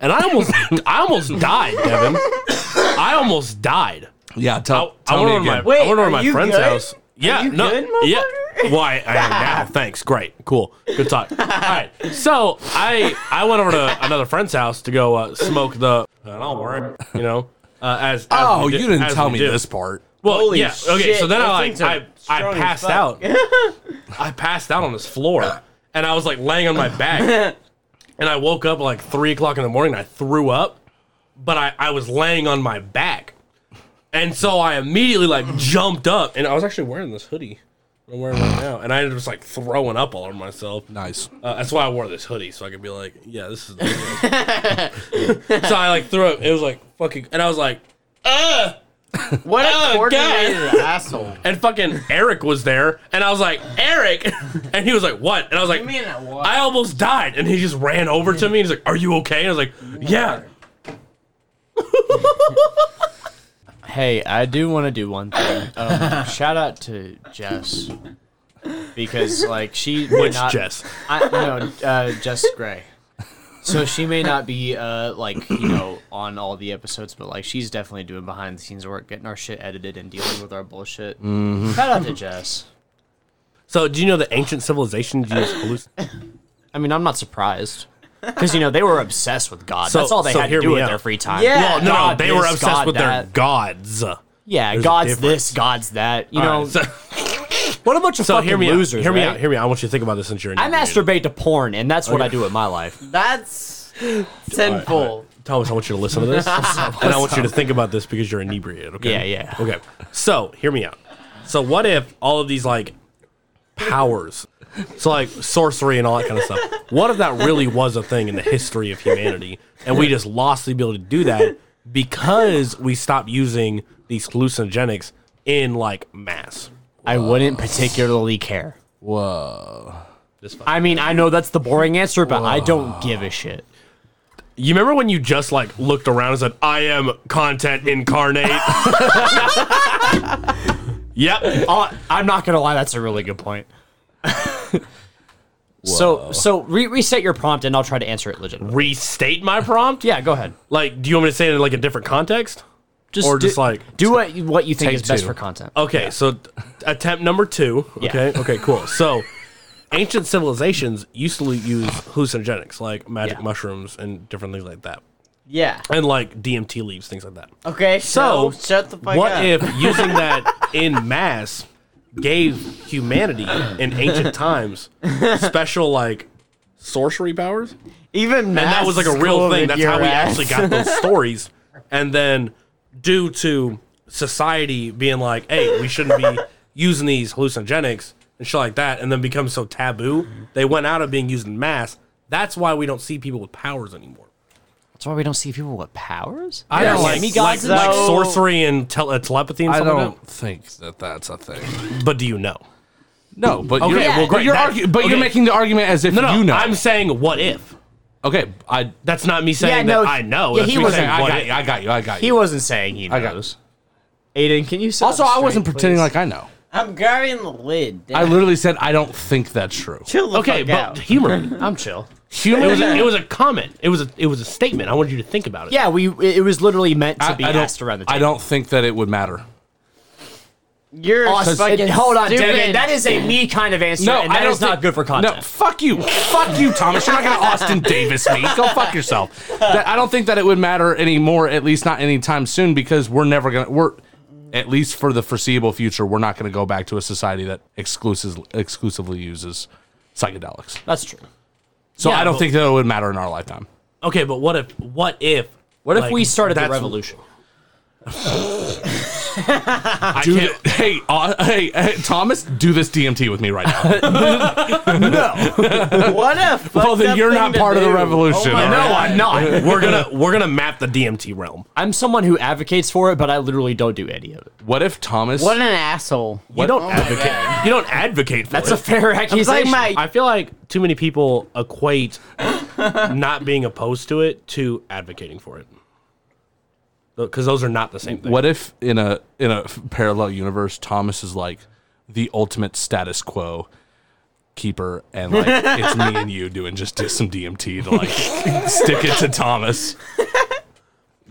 [SPEAKER 9] and I almost, I almost died, Devin. I almost died.
[SPEAKER 2] yeah, tell,
[SPEAKER 9] I, I
[SPEAKER 2] tell
[SPEAKER 9] went
[SPEAKER 2] me
[SPEAKER 9] over to my,
[SPEAKER 2] again.
[SPEAKER 6] Wait,
[SPEAKER 9] I went over
[SPEAKER 6] are
[SPEAKER 9] to my
[SPEAKER 6] you
[SPEAKER 9] friend's
[SPEAKER 6] good?
[SPEAKER 9] house. Yeah,
[SPEAKER 6] you
[SPEAKER 9] no,
[SPEAKER 6] good,
[SPEAKER 9] yeah. Why I am now. Thanks. Great. Cool. Good talk. All right. So I I went over to another friend's house to go uh, smoke the. Uh, don't worry. You know. Uh, as, as
[SPEAKER 2] oh,
[SPEAKER 9] we do-
[SPEAKER 2] you didn't
[SPEAKER 9] as
[SPEAKER 2] tell
[SPEAKER 9] we
[SPEAKER 2] me
[SPEAKER 9] do.
[SPEAKER 2] this part.
[SPEAKER 9] Well,
[SPEAKER 6] Holy
[SPEAKER 9] yeah. Okay, so
[SPEAKER 6] shit,
[SPEAKER 9] then I
[SPEAKER 6] those
[SPEAKER 9] like
[SPEAKER 6] things are
[SPEAKER 9] I, I
[SPEAKER 6] strong as
[SPEAKER 9] passed
[SPEAKER 6] fuck.
[SPEAKER 9] out. I passed out on this floor, and I was like laying on my back, and I woke up like three o'clock in the morning. And I threw up, but I I was laying on my back, and so I immediately like jumped up, and I was actually wearing this hoodie. I'm wearing right now, and I ended up just like throwing up all over myself.
[SPEAKER 2] Nice.
[SPEAKER 9] Uh, that's why I wore this hoodie, so I could be like, yeah, this is. The so I like threw up. It was like fucking, and I was like, uh
[SPEAKER 6] What
[SPEAKER 9] Oh,
[SPEAKER 6] a coordinated asshole.
[SPEAKER 9] and fucking Eric was there, and I was like, Eric, and he was like, what? And I was like,
[SPEAKER 6] mean that what?
[SPEAKER 9] I almost died, and he just ran over to me. and He's like, are you okay? And I was like, yeah.
[SPEAKER 8] Hey, I do want to do one thing. Um, shout out to Jess because like she may
[SPEAKER 9] Which
[SPEAKER 8] not,
[SPEAKER 9] Jess?
[SPEAKER 8] I, no, uh, Jess Gray. So she may not be uh, like you know on all the episodes, but like she's definitely doing behind the scenes work, getting our shit edited and dealing with our bullshit.
[SPEAKER 9] Mm-hmm.
[SPEAKER 8] Shout out to Jess.
[SPEAKER 9] So do you know the ancient civilizations used halluc-
[SPEAKER 8] I mean, I'm not surprised because you know they were obsessed with God.
[SPEAKER 9] So-
[SPEAKER 8] That's all they
[SPEAKER 9] so
[SPEAKER 8] had
[SPEAKER 9] hear
[SPEAKER 8] to do
[SPEAKER 9] me
[SPEAKER 8] with
[SPEAKER 9] out.
[SPEAKER 8] their free time.
[SPEAKER 6] Yeah.
[SPEAKER 9] Well, no,
[SPEAKER 8] God
[SPEAKER 9] they were
[SPEAKER 8] this,
[SPEAKER 9] obsessed
[SPEAKER 8] God
[SPEAKER 9] with their
[SPEAKER 8] that.
[SPEAKER 9] gods.
[SPEAKER 8] yeah.
[SPEAKER 9] There's a
[SPEAKER 8] God's
[SPEAKER 9] difference.
[SPEAKER 8] this, God's that. You
[SPEAKER 9] All
[SPEAKER 8] know,
[SPEAKER 9] right, so,
[SPEAKER 8] Oh. what a bunch of
[SPEAKER 9] so
[SPEAKER 8] fucking
[SPEAKER 9] hear me
[SPEAKER 8] losers.
[SPEAKER 9] out. Hear me
[SPEAKER 8] right?
[SPEAKER 9] out. Hear me out. I want you to think about this since you're. an
[SPEAKER 8] I
[SPEAKER 9] idiot.
[SPEAKER 8] masturbate to porn, and that's what I do with my life.
[SPEAKER 6] That's sinful.
[SPEAKER 9] Thomas, I want you to listen to this, and I want you to think about this because you're inebriated. Okay.
[SPEAKER 8] Yeah, yeah.
[SPEAKER 9] Okay. So hear me out. So what if all of these like powers, so like sorcery and all that kind of stuff, what if that really was a thing in the history of humanity, and we just lost the ability to do that because we stopped using these hallucinogenics in like mass?
[SPEAKER 8] I wouldn't particularly care.
[SPEAKER 2] Whoa.
[SPEAKER 8] I mean, I know that's the boring answer, but I don't give a shit.
[SPEAKER 9] You remember when you just like looked around and said, "I am content incarnate." yep.
[SPEAKER 8] Uh, I'm not gonna lie, that's a really good point. so, so re- reset your prompt, and I'll try to answer it legitimately.
[SPEAKER 9] Restate my prompt.
[SPEAKER 8] Yeah, go ahead.
[SPEAKER 9] Like, do you want me to say it in like a different context?
[SPEAKER 13] Just
[SPEAKER 2] Or
[SPEAKER 13] do-
[SPEAKER 2] just like-
[SPEAKER 13] do what you- what you think
[SPEAKER 2] Take
[SPEAKER 13] is best
[SPEAKER 2] two.
[SPEAKER 13] for content.
[SPEAKER 9] Okay, so t- attempt number two. Okay, okay, cool. So, ancient civilizations used to use hallucinogenics like magic mushrooms and different things like that,
[SPEAKER 6] Yeah.
[SPEAKER 9] and like DMT leaves, things like that.
[SPEAKER 6] Okay. So, shut the
[SPEAKER 8] Oh
[SPEAKER 6] fuck
[SPEAKER 9] what
[SPEAKER 6] up.
[SPEAKER 9] if using that in mass gave humanity in ancient times special like sorcery powers?
[SPEAKER 6] even
[SPEAKER 9] and that was like a real thing. That's how we actually got those stories. And then, due to society being like, "Hey, we shouldn't be using these hallucinogenics and shit like that," and then become so taboo, they went out of being used in mass. That's why we don't see people with powers anymore.
[SPEAKER 13] That's why we don't see people with powers.
[SPEAKER 9] I
[SPEAKER 6] don't
[SPEAKER 9] like,
[SPEAKER 6] like-
[SPEAKER 9] like,
[SPEAKER 6] so-
[SPEAKER 9] like sorcery and tele- telepathy and
[SPEAKER 2] I
[SPEAKER 9] stuff like
[SPEAKER 2] don't think that that's a thing.
[SPEAKER 9] that. But do you know?
[SPEAKER 2] No, but
[SPEAKER 9] Okay,
[SPEAKER 2] you're,
[SPEAKER 9] well,
[SPEAKER 2] but
[SPEAKER 9] great,
[SPEAKER 2] you're,
[SPEAKER 9] that-
[SPEAKER 2] argu- but you're
[SPEAKER 9] okay.
[SPEAKER 2] making the argument as if
[SPEAKER 9] No, no.
[SPEAKER 2] you know.
[SPEAKER 9] I'm saying what if.
[SPEAKER 2] okay, I.
[SPEAKER 9] That's not me saying
[SPEAKER 13] no,
[SPEAKER 9] that I know.
[SPEAKER 13] yeah,
[SPEAKER 9] That's
[SPEAKER 13] he
[SPEAKER 9] me
[SPEAKER 13] was
[SPEAKER 9] saying
[SPEAKER 2] I
[SPEAKER 9] what
[SPEAKER 2] got,
[SPEAKER 9] if.
[SPEAKER 2] you, I got you. I got you.
[SPEAKER 13] He wasn't saying he
[SPEAKER 2] I got
[SPEAKER 13] knows. Aiden, can you? sit
[SPEAKER 2] also,
[SPEAKER 13] up
[SPEAKER 2] I wasn't
[SPEAKER 13] straight,
[SPEAKER 2] pretending
[SPEAKER 13] please?
[SPEAKER 2] like I know.
[SPEAKER 6] I'm grabbing the lid. Dad.
[SPEAKER 2] I literally said I don't think that's true.
[SPEAKER 6] Chill the
[SPEAKER 9] Okay,
[SPEAKER 6] fuck
[SPEAKER 9] but
[SPEAKER 6] out.
[SPEAKER 9] humor. me.
[SPEAKER 13] I'm chill.
[SPEAKER 9] Humor. It was, a, it was a comment. It was a it was a statement. I wanted you to think about it.
[SPEAKER 13] Yeah, we. It it was literally meant to
[SPEAKER 2] I,
[SPEAKER 13] be
[SPEAKER 2] I
[SPEAKER 13] asked
[SPEAKER 2] don't,
[SPEAKER 13] around the
[SPEAKER 2] I
[SPEAKER 13] table.
[SPEAKER 2] don't think that it would matter.
[SPEAKER 6] You're
[SPEAKER 13] Awesome.
[SPEAKER 6] fucking
[SPEAKER 13] Hold on,
[SPEAKER 6] stupid.
[SPEAKER 13] Devin. That is a me kind of answer, and that is
[SPEAKER 2] think-
[SPEAKER 13] not good for
[SPEAKER 2] No,
[SPEAKER 13] content.
[SPEAKER 2] fuck you, fuck you, Thomas. You're not gonna Austin Davis me. Go fuck yourself. That, I don't think that it would matter anymore. At least not anytime soon, because we're never gonna. We're at least for the foreseeable future, we're not gonna go back to a society that exclusive, exclusively uses psychedelics.
[SPEAKER 13] That's true.
[SPEAKER 2] So
[SPEAKER 9] Yeah,
[SPEAKER 2] I don't
[SPEAKER 9] but-
[SPEAKER 2] think that it would matter in our lifetime.
[SPEAKER 9] Okay, but what if what if
[SPEAKER 13] What if
[SPEAKER 9] like,
[SPEAKER 13] we started the
[SPEAKER 9] that's-
[SPEAKER 13] revolution?
[SPEAKER 2] I can't, hey, uh, hey, hey, Thomas, do this DMT with me right now.
[SPEAKER 6] What a fucked
[SPEAKER 2] well, then
[SPEAKER 6] up
[SPEAKER 2] you're
[SPEAKER 6] thing
[SPEAKER 2] not
[SPEAKER 6] to
[SPEAKER 2] part of the
[SPEAKER 6] do.
[SPEAKER 13] Oh
[SPEAKER 2] revolution. all right?
[SPEAKER 9] I'm not. We're gonna we're gonna map the DMT realm.
[SPEAKER 13] I'm someone who advocates for it, but I literally don't do any of it.
[SPEAKER 2] What if Thomas?
[SPEAKER 6] What an asshole.
[SPEAKER 9] You don't advocate. You don't advocate for
[SPEAKER 13] That's
[SPEAKER 9] it.
[SPEAKER 13] a fair accusation.
[SPEAKER 6] my-
[SPEAKER 9] I feel like too many people equate not being opposed to it to advocating for it. Because those are not the same thing.
[SPEAKER 2] What if in a in a f- parallel universe, Thomas is like the ultimate status quo keeper, and like it's me and you doing just do some DMT to like stick it to Thomas.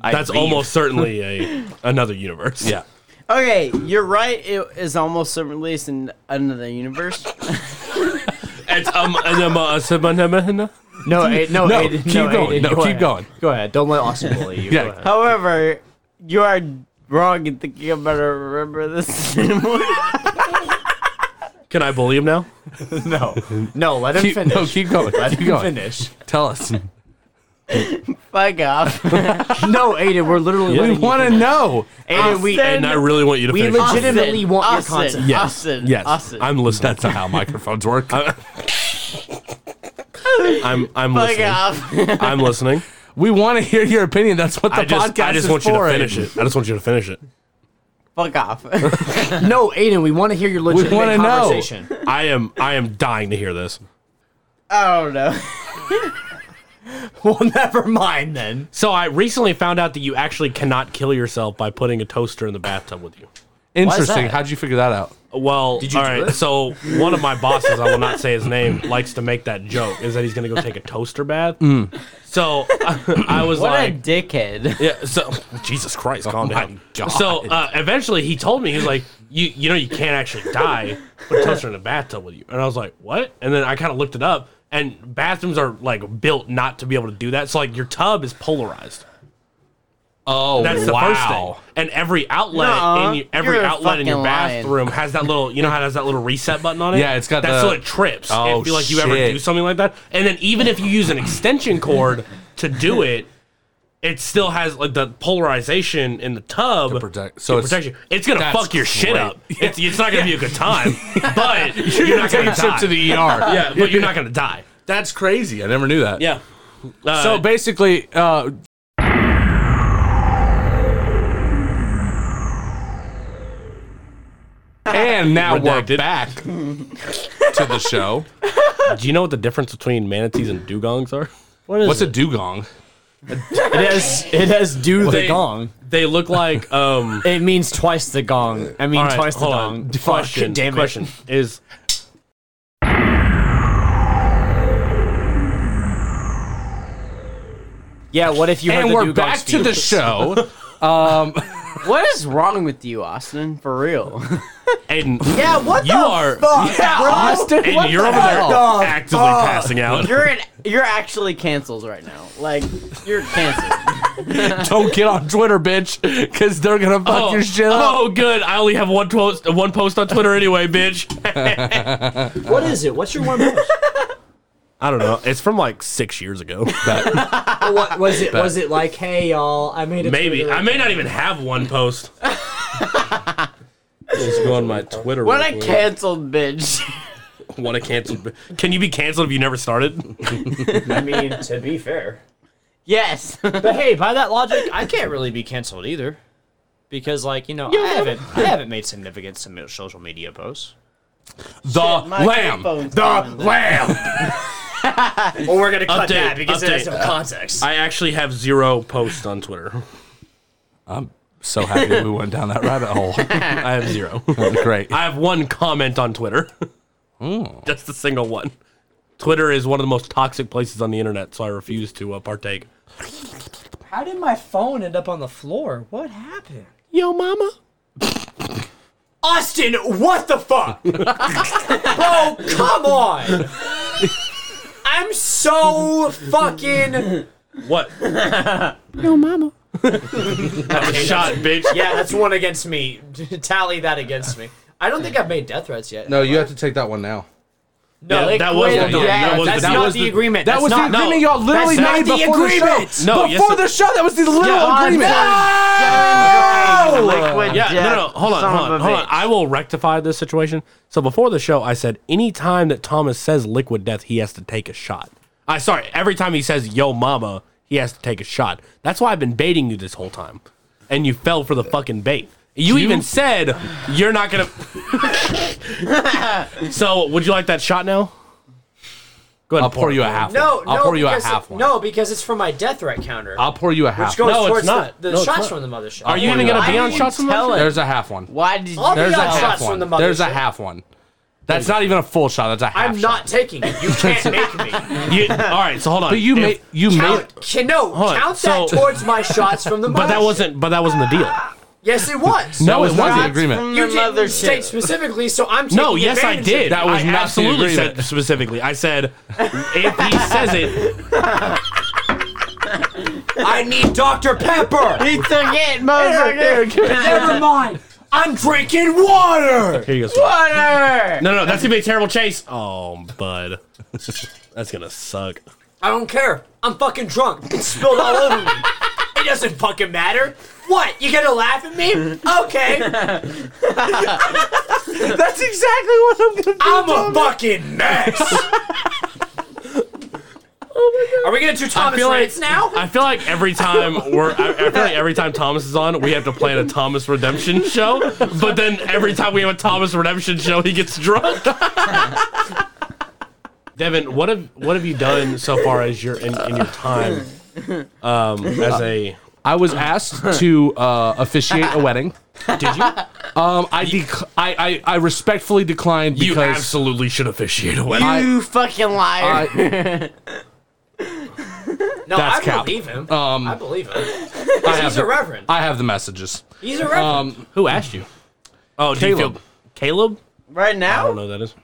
[SPEAKER 9] That's almost certainly a another universe.
[SPEAKER 2] Yeah,
[SPEAKER 6] Okay, you're right. It is almost certainly it's in another universe.
[SPEAKER 9] It's um, and, um, uh, sub- uh, uh,
[SPEAKER 13] no, Aiden, no,
[SPEAKER 2] No,
[SPEAKER 13] Aiden,
[SPEAKER 2] keep
[SPEAKER 13] no,
[SPEAKER 2] going.
[SPEAKER 13] Aiden,
[SPEAKER 2] No,
[SPEAKER 13] go
[SPEAKER 2] keep
[SPEAKER 13] ahead.
[SPEAKER 2] going.
[SPEAKER 13] Go ahead. Don't let Austin bully you.
[SPEAKER 2] Yeah.
[SPEAKER 13] Go ahead.
[SPEAKER 6] However, you are wrong in thinking I'm gonna remember this anymore.
[SPEAKER 9] Can I bully him now?
[SPEAKER 13] No, let him
[SPEAKER 2] keep,
[SPEAKER 13] finish.
[SPEAKER 2] no, keep going.
[SPEAKER 13] let
[SPEAKER 2] keep
[SPEAKER 13] him
[SPEAKER 2] going.
[SPEAKER 13] finish.
[SPEAKER 2] Tell us.
[SPEAKER 6] Fuck off.
[SPEAKER 13] No, Aiden, we're literally.
[SPEAKER 2] We
[SPEAKER 13] letting you
[SPEAKER 2] want to
[SPEAKER 13] finish.
[SPEAKER 2] know.
[SPEAKER 13] Aiden, we
[SPEAKER 9] And I really want you to
[SPEAKER 13] we
[SPEAKER 9] finish.
[SPEAKER 13] legitimately want your
[SPEAKER 6] Austin,
[SPEAKER 13] content.
[SPEAKER 9] Yes.
[SPEAKER 6] Austin,
[SPEAKER 9] Yes.
[SPEAKER 6] Austin.
[SPEAKER 9] I'm listening.
[SPEAKER 2] That's not how microphones work.
[SPEAKER 9] I'm I'm
[SPEAKER 6] Fuck
[SPEAKER 9] listening.
[SPEAKER 6] off.
[SPEAKER 9] I'm listening.
[SPEAKER 2] We want to hear your opinion. That's what the
[SPEAKER 9] I just,
[SPEAKER 2] podcast
[SPEAKER 9] I just
[SPEAKER 2] is
[SPEAKER 9] want you
[SPEAKER 2] for.
[SPEAKER 9] to finish it. I just want you to finish it.
[SPEAKER 6] Fuck off.
[SPEAKER 13] No, Aiden, we want to hear your legitimate
[SPEAKER 2] wanna know.
[SPEAKER 13] conversation.
[SPEAKER 9] I am I am dying to hear this.
[SPEAKER 6] I don't know.
[SPEAKER 13] well, never mind then.
[SPEAKER 9] So I recently found out that you actually cannot kill yourself by putting a toaster in the bathtub with you.
[SPEAKER 2] Interesting.
[SPEAKER 13] that?
[SPEAKER 2] How'd you figure that out?
[SPEAKER 9] Well, Did
[SPEAKER 13] you
[SPEAKER 9] all
[SPEAKER 13] do
[SPEAKER 9] right.
[SPEAKER 13] it?
[SPEAKER 9] So one of my bosses, I will not say his name, likes to make that joke is that he's gonna go take a toaster bath. So I was
[SPEAKER 6] What
[SPEAKER 9] like,
[SPEAKER 6] a dickhead.
[SPEAKER 9] Yeah. So Jesus Christ, calm down.
[SPEAKER 2] God.
[SPEAKER 9] So uh, eventually, he told me he was like, "You you know you can't actually die with a toaster in a bathtub with you." And I was like, "What?" And then I kind of looked it up, and bathrooms are like built not to be able to do that. So like your tub is polarized.
[SPEAKER 2] Oh,
[SPEAKER 9] That's the first thing. And every outlet
[SPEAKER 6] Nuh-uh.
[SPEAKER 9] in your, every
[SPEAKER 6] You're
[SPEAKER 9] outlet in your
[SPEAKER 6] fucking lying.
[SPEAKER 9] bathroom has that little you know how it has that little reset button on it.
[SPEAKER 2] Yeah, it's got
[SPEAKER 9] that's
[SPEAKER 2] the-
[SPEAKER 9] so it trips.
[SPEAKER 2] Oh,
[SPEAKER 9] if you like you ever
[SPEAKER 2] shit.
[SPEAKER 9] do something like that, and then even if you use an extension cord to do it. It still has like the polarization in the tub.
[SPEAKER 2] To protect- so
[SPEAKER 9] to
[SPEAKER 2] it's-
[SPEAKER 9] protect you. It's gonna
[SPEAKER 2] that's
[SPEAKER 9] fuck your shit
[SPEAKER 2] great.
[SPEAKER 9] up. It's, it's not gonna be a good time, but you're not gonna die.
[SPEAKER 2] Trip to the ER.
[SPEAKER 9] yeah, but you're not gonna die.
[SPEAKER 2] That's crazy. I never knew that.
[SPEAKER 9] Yeah. Uh,
[SPEAKER 2] So basically, uh, and now we're
[SPEAKER 9] Redacted.
[SPEAKER 2] back to the show.
[SPEAKER 9] do you know what the difference between manatees and dugongs are?
[SPEAKER 2] What's a dugong?
[SPEAKER 13] It has it has do the gong.
[SPEAKER 9] They look like um,
[SPEAKER 13] It means twice the gong. I mean
[SPEAKER 9] All right,
[SPEAKER 13] twice the
[SPEAKER 9] hold
[SPEAKER 13] gong.
[SPEAKER 9] on.
[SPEAKER 13] Fuck,
[SPEAKER 9] Question.
[SPEAKER 13] damn it.
[SPEAKER 9] question is
[SPEAKER 13] Yeah, what if you heard
[SPEAKER 2] And
[SPEAKER 13] the
[SPEAKER 2] we're
[SPEAKER 13] dugong
[SPEAKER 2] back to
[SPEAKER 13] speak?
[SPEAKER 2] the show. Um,
[SPEAKER 6] What is wrong with you, Austin? For real?
[SPEAKER 9] Aiden,
[SPEAKER 12] Yeah, what
[SPEAKER 9] you
[SPEAKER 12] the
[SPEAKER 9] are
[SPEAKER 12] fuck, bro?
[SPEAKER 6] Austin,
[SPEAKER 9] Aiden, you're over there
[SPEAKER 12] Dog.
[SPEAKER 9] actively passing out.
[SPEAKER 6] You're in, you're actually canceled right now. Like you're canceled.
[SPEAKER 2] Don't Oh, get on Twitter, bitch, because they're gonna fuck
[SPEAKER 9] Oh,
[SPEAKER 2] your shit up.
[SPEAKER 9] oh, good. I only have one post, one post on Twitter anyway, bitch.
[SPEAKER 8] What is it? What's your one?
[SPEAKER 9] I don't know. It's from like six years ago.
[SPEAKER 8] what, was it? Was it like, hey y'all, I made a
[SPEAKER 9] Maybe
[SPEAKER 8] Twitter-
[SPEAKER 9] I may not even have one post.
[SPEAKER 2] Just go on my Twitter.
[SPEAKER 6] What a canceled bitch.
[SPEAKER 9] Want to cancel? Can you be canceled if you never started?
[SPEAKER 8] I mean, to be fair.
[SPEAKER 6] Yes.
[SPEAKER 8] But hey, by that logic, I can't really be canceled either, because like you know, I haven't I haven't made significant some social media posts.
[SPEAKER 2] The
[SPEAKER 6] My
[SPEAKER 2] lamb.
[SPEAKER 6] headphones
[SPEAKER 2] The
[SPEAKER 6] on.
[SPEAKER 2] lamb.
[SPEAKER 8] Well, we're gonna cut
[SPEAKER 9] Update,
[SPEAKER 8] that because it has
[SPEAKER 9] update.
[SPEAKER 8] some context.
[SPEAKER 9] I actually have zero posts on Twitter.
[SPEAKER 2] So happy we went down that rabbit hole.
[SPEAKER 9] I have zero.
[SPEAKER 2] Great.
[SPEAKER 9] I have one comment on Twitter. Just a single one. Twitter is one of the most toxic places on the internet, so I refuse to uh, partake.
[SPEAKER 8] How did my phone end up on the floor? What happened?
[SPEAKER 9] Yo, mama.
[SPEAKER 8] Austin, what the fuck? Bro, come on. I'm so fucking.
[SPEAKER 9] What? Yo, mama. Have a shot, bitch.
[SPEAKER 8] Yeah, that's one against me. Tally that against me. I don't think I've made death threats yet.
[SPEAKER 2] No, you have to take that one now.
[SPEAKER 8] No,
[SPEAKER 9] Yeah, that was
[SPEAKER 8] wait a
[SPEAKER 9] one.
[SPEAKER 8] minute.
[SPEAKER 9] Yeah, that was
[SPEAKER 8] that's
[SPEAKER 9] the- that
[SPEAKER 8] not
[SPEAKER 9] was
[SPEAKER 8] the,
[SPEAKER 9] the-
[SPEAKER 8] agreement.
[SPEAKER 2] That
[SPEAKER 8] That's
[SPEAKER 2] was
[SPEAKER 8] not,
[SPEAKER 2] the
[SPEAKER 8] no.
[SPEAKER 2] agreement y'all literally
[SPEAKER 8] That's not
[SPEAKER 2] made
[SPEAKER 8] the
[SPEAKER 2] before the
[SPEAKER 8] agreement.
[SPEAKER 2] show.
[SPEAKER 9] No, yes,
[SPEAKER 2] before
[SPEAKER 9] it-
[SPEAKER 2] the show, that was the literal
[SPEAKER 9] Yeah.
[SPEAKER 2] agreement.
[SPEAKER 6] Liquid
[SPEAKER 9] Yeah, no,
[SPEAKER 6] death,
[SPEAKER 9] no, hold on,
[SPEAKER 6] son
[SPEAKER 9] hold on,
[SPEAKER 6] of a
[SPEAKER 9] hold on.
[SPEAKER 6] bitch.
[SPEAKER 9] I will rectify this situation. So before the show, I said any time that Thomas says liquid death, he has to take a shot. I sorry, every time he says yo mama, he has to take a shot. That's why I've been baiting you this whole time, and you fell for the fucking bait. You, even said you're not gonna. so would you like that shot now? Go ahead.
[SPEAKER 2] I'll pour you a half.
[SPEAKER 8] No,
[SPEAKER 2] one. I'll
[SPEAKER 8] no,
[SPEAKER 2] pour you a
[SPEAKER 8] because-
[SPEAKER 2] half one.
[SPEAKER 8] No, because it's from my death threat counter.
[SPEAKER 2] I'll pour you a half.
[SPEAKER 8] which goes
[SPEAKER 2] No,
[SPEAKER 9] it's
[SPEAKER 8] towards
[SPEAKER 9] not.
[SPEAKER 8] the, the
[SPEAKER 9] No, it's
[SPEAKER 8] shots
[SPEAKER 9] not.
[SPEAKER 8] from the mothership.
[SPEAKER 9] Are you even gonna be on shots?
[SPEAKER 6] Tell it.
[SPEAKER 2] There's a half one.
[SPEAKER 6] Why did you?
[SPEAKER 8] I'll be
[SPEAKER 2] There's a
[SPEAKER 8] on
[SPEAKER 2] half
[SPEAKER 8] shots
[SPEAKER 2] one.
[SPEAKER 8] from the
[SPEAKER 2] There's a
[SPEAKER 8] mothership.
[SPEAKER 2] half one. That's not even a full shot. That's a half.
[SPEAKER 8] I'm
[SPEAKER 2] shot.
[SPEAKER 8] not taking it. You can't make me.
[SPEAKER 9] You, all right, so hold on.
[SPEAKER 2] But you
[SPEAKER 9] If-
[SPEAKER 2] made you made
[SPEAKER 8] Count, can, no,
[SPEAKER 9] on,
[SPEAKER 8] count that
[SPEAKER 9] so-
[SPEAKER 8] towards my shots from the mothership.
[SPEAKER 9] But that wasn't. But that wasn't the deal.
[SPEAKER 8] Yes, it was.
[SPEAKER 2] that was
[SPEAKER 9] it
[SPEAKER 2] not the
[SPEAKER 9] wasn't.
[SPEAKER 2] agreement.
[SPEAKER 8] You
[SPEAKER 6] Your
[SPEAKER 8] didn't
[SPEAKER 6] mothership.
[SPEAKER 8] state specifically, so I'm taking
[SPEAKER 9] No, yes, I
[SPEAKER 8] advantage of
[SPEAKER 9] did.
[SPEAKER 8] it.
[SPEAKER 2] That was
[SPEAKER 9] I
[SPEAKER 2] not the
[SPEAKER 9] absolutely
[SPEAKER 2] agreement.
[SPEAKER 9] said specifically. I said if he says it,
[SPEAKER 8] I need Dr. Pepper.
[SPEAKER 6] He took it, motherfucker.
[SPEAKER 8] Never mind. I'm drinking water.
[SPEAKER 9] here you go. Sweet.
[SPEAKER 6] Water.
[SPEAKER 9] No, no, that's gonna be a terrible chase. Oh, bud, that's gonna suck.
[SPEAKER 8] I don't care. I'm fucking drunk. It's spilled all over me. It doesn't fucking matter. What? You gonna laugh at me? Okay.
[SPEAKER 2] That's exactly what I'm gonna.
[SPEAKER 8] I'm a fucking mess.
[SPEAKER 2] Oh
[SPEAKER 8] Are we gonna do Thomas
[SPEAKER 9] feel like-
[SPEAKER 8] Rants now?
[SPEAKER 9] I feel like every time we're, I, I feel like every time Thomas is on, we have to plan a Thomas Redemption show. But then every time we have a Thomas Redemption show, he gets drunk. Devin, what have what have you done so far as your in, in your time um, as a
[SPEAKER 2] I was asked to uh, officiate a wedding.
[SPEAKER 9] did you?
[SPEAKER 2] Um, I, dec- I I I respectfully declined
[SPEAKER 9] You
[SPEAKER 2] because
[SPEAKER 9] absolutely should officiate a wedding.
[SPEAKER 6] You fucking liar.
[SPEAKER 2] I,
[SPEAKER 8] No,
[SPEAKER 2] That's
[SPEAKER 8] I
[SPEAKER 2] cap.
[SPEAKER 8] believe him.
[SPEAKER 2] Um,
[SPEAKER 8] I believe him.
[SPEAKER 2] I have
[SPEAKER 8] He's a
[SPEAKER 2] the,
[SPEAKER 8] reverend.
[SPEAKER 2] I have the messages.
[SPEAKER 8] He's a reverend.
[SPEAKER 2] Um,
[SPEAKER 9] Who asked you? Oh, do you
[SPEAKER 2] Caleb.
[SPEAKER 9] feel Caleb?
[SPEAKER 6] right
[SPEAKER 9] I don't
[SPEAKER 6] now,
[SPEAKER 9] know who that is.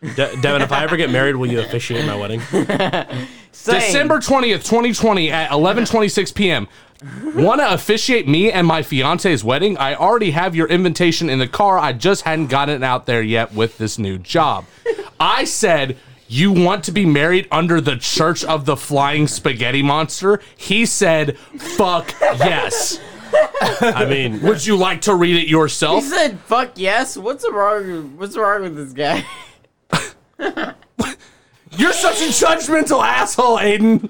[SPEAKER 9] De- Devin, if I ever get married, will you officiate my wedding?
[SPEAKER 6] Same.
[SPEAKER 2] December twentieth, twenty twenty, at eleven twenty six p.m. Want to officiate me and my fiance's wedding? I already have your invitation in the car. I just hadn't gotten it out there yet with this new job. I said. You want to be married under the Church of the Flying Spaghetti Monster? He said, fuck yes.
[SPEAKER 9] I mean,
[SPEAKER 2] Would you like to read it
[SPEAKER 6] He
[SPEAKER 2] yourself?
[SPEAKER 6] said, "Fuck yes." What's wrong? What's wrong with this guy?
[SPEAKER 2] You're such a judgmental asshole, Aiden.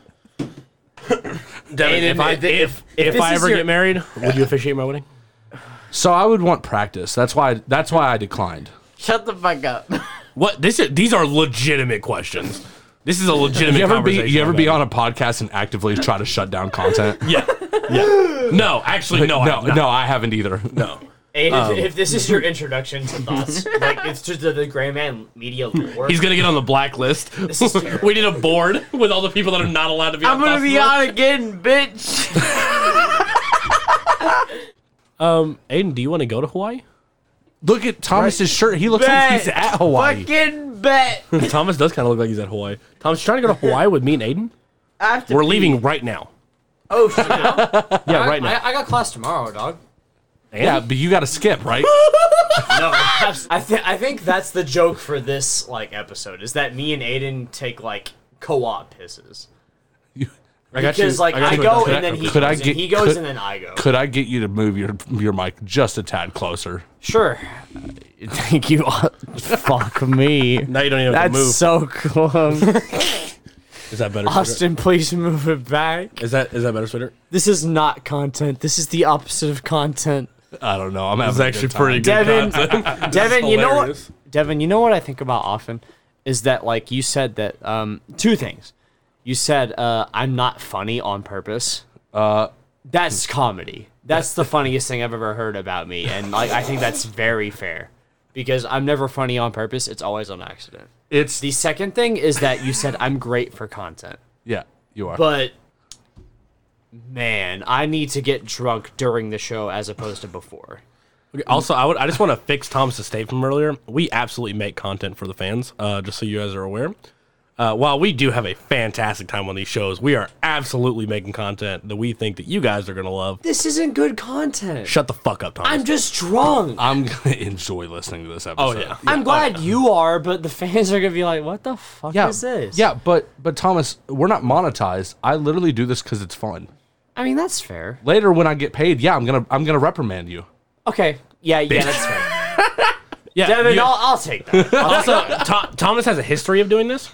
[SPEAKER 9] Devin, if I if if, I ever get married, would you officiate my wedding?
[SPEAKER 2] So I would want practice. That's why. That's why I declined.
[SPEAKER 6] Shut the fuck up.
[SPEAKER 9] What this is, these are legitimate questions. This is a legitimate
[SPEAKER 2] You ever be?
[SPEAKER 9] conversation.
[SPEAKER 2] You ever
[SPEAKER 9] about
[SPEAKER 2] be
[SPEAKER 9] it.
[SPEAKER 2] on a podcast and actively try to shut down content?
[SPEAKER 9] Yeah, yeah. No, actually, no,
[SPEAKER 2] no,
[SPEAKER 9] I,
[SPEAKER 2] no, I haven't either.
[SPEAKER 9] no.
[SPEAKER 8] Aiden, if, if this is your introduction to thoughts, like it's to the, the Gray Man Media Lore,
[SPEAKER 9] He's gonna get on the blacklist.
[SPEAKER 8] This is terrible.
[SPEAKER 9] we need a board with all the people that are not allowed to be.
[SPEAKER 6] I'm
[SPEAKER 9] on
[SPEAKER 6] gonna be
[SPEAKER 9] Possible.
[SPEAKER 6] on again, bitch.
[SPEAKER 9] Um, Aiden, do you want to go to Hawaii?
[SPEAKER 2] Look at Thomas's shirt. He looks like he's at Hawaii.
[SPEAKER 6] Fucking bet.
[SPEAKER 9] Thomas does kind of look like he's at Hawaii. Thomas, you trying to go to Hawaii with me and Aiden?
[SPEAKER 6] I have to
[SPEAKER 9] We're leaving right now.
[SPEAKER 12] Oh shit!
[SPEAKER 9] Yeah, right now.
[SPEAKER 8] I, I got class tomorrow, dog.
[SPEAKER 2] Yeah, but you got to skip, right?
[SPEAKER 8] No,
[SPEAKER 12] I, th- I think that's the joke for this like episode is that me and Aiden take like co-op pisses
[SPEAKER 9] I got
[SPEAKER 12] because like I,
[SPEAKER 9] you.
[SPEAKER 12] go
[SPEAKER 2] Could I-
[SPEAKER 12] and then he
[SPEAKER 2] could
[SPEAKER 12] goes,
[SPEAKER 2] I
[SPEAKER 12] and
[SPEAKER 2] get-
[SPEAKER 12] he goes
[SPEAKER 2] could-
[SPEAKER 12] and then I go.
[SPEAKER 2] Could I get you to move your your mic just a tad closer?
[SPEAKER 8] Sure. Thank you. Fuck me.
[SPEAKER 9] Now you don't even have to move.
[SPEAKER 8] so close.
[SPEAKER 9] Is that better? Sweater?
[SPEAKER 8] Austin, please move it back.
[SPEAKER 9] Is that is that better, sweater?
[SPEAKER 8] This is not content. This is the opposite of content.
[SPEAKER 2] I don't know. I'm having
[SPEAKER 9] It's actually pretty
[SPEAKER 8] Devin,
[SPEAKER 9] good.
[SPEAKER 8] Devin, you know
[SPEAKER 9] hilarious.
[SPEAKER 8] what? Devin, you know what I think about often is that like you said that um, two things. You said uh, I'm not funny on purpose. Uh, that's comedy. That's the funniest thing I've ever heard about me, and like I think that's very fair because I'm never funny on purpose. It's always on accident.
[SPEAKER 2] It's
[SPEAKER 8] The second thing is that you said I'm great for content,
[SPEAKER 2] yeah. You are.
[SPEAKER 8] but man, I need to get drunk during the show as opposed to before.
[SPEAKER 9] Okay, also, I would I just want to fix Thomas's statement from earlier. We absolutely make content for the fans, uh, just so you guys are aware. Uh, while we do have a fantastic time on these shows, we are absolutely making content that we think that you guys are gonna love.
[SPEAKER 8] This isn't good content.
[SPEAKER 9] Shut the fuck up, Thomas.
[SPEAKER 8] I'm just drunk.
[SPEAKER 2] I'm gonna enjoy listening to this
[SPEAKER 9] oh
[SPEAKER 2] episode.
[SPEAKER 9] yeah,
[SPEAKER 8] I'm glad you are, but the fans are gonna be like, "What the fuck
[SPEAKER 2] Yeah,
[SPEAKER 8] is this?"
[SPEAKER 2] yeah, but but Thomas, we're not monetized. I literally do this because it's fun.
[SPEAKER 8] I mean that's fair.
[SPEAKER 2] Later, when I get paid, yeah, I'm gonna I'm gonna reprimand you.
[SPEAKER 8] Okay, yeah, yeah, that's fair.
[SPEAKER 9] yeah.
[SPEAKER 8] Devin,
[SPEAKER 9] you-
[SPEAKER 8] I'll, I'll take that.
[SPEAKER 9] also, Tho- Thomas has a history of doing this.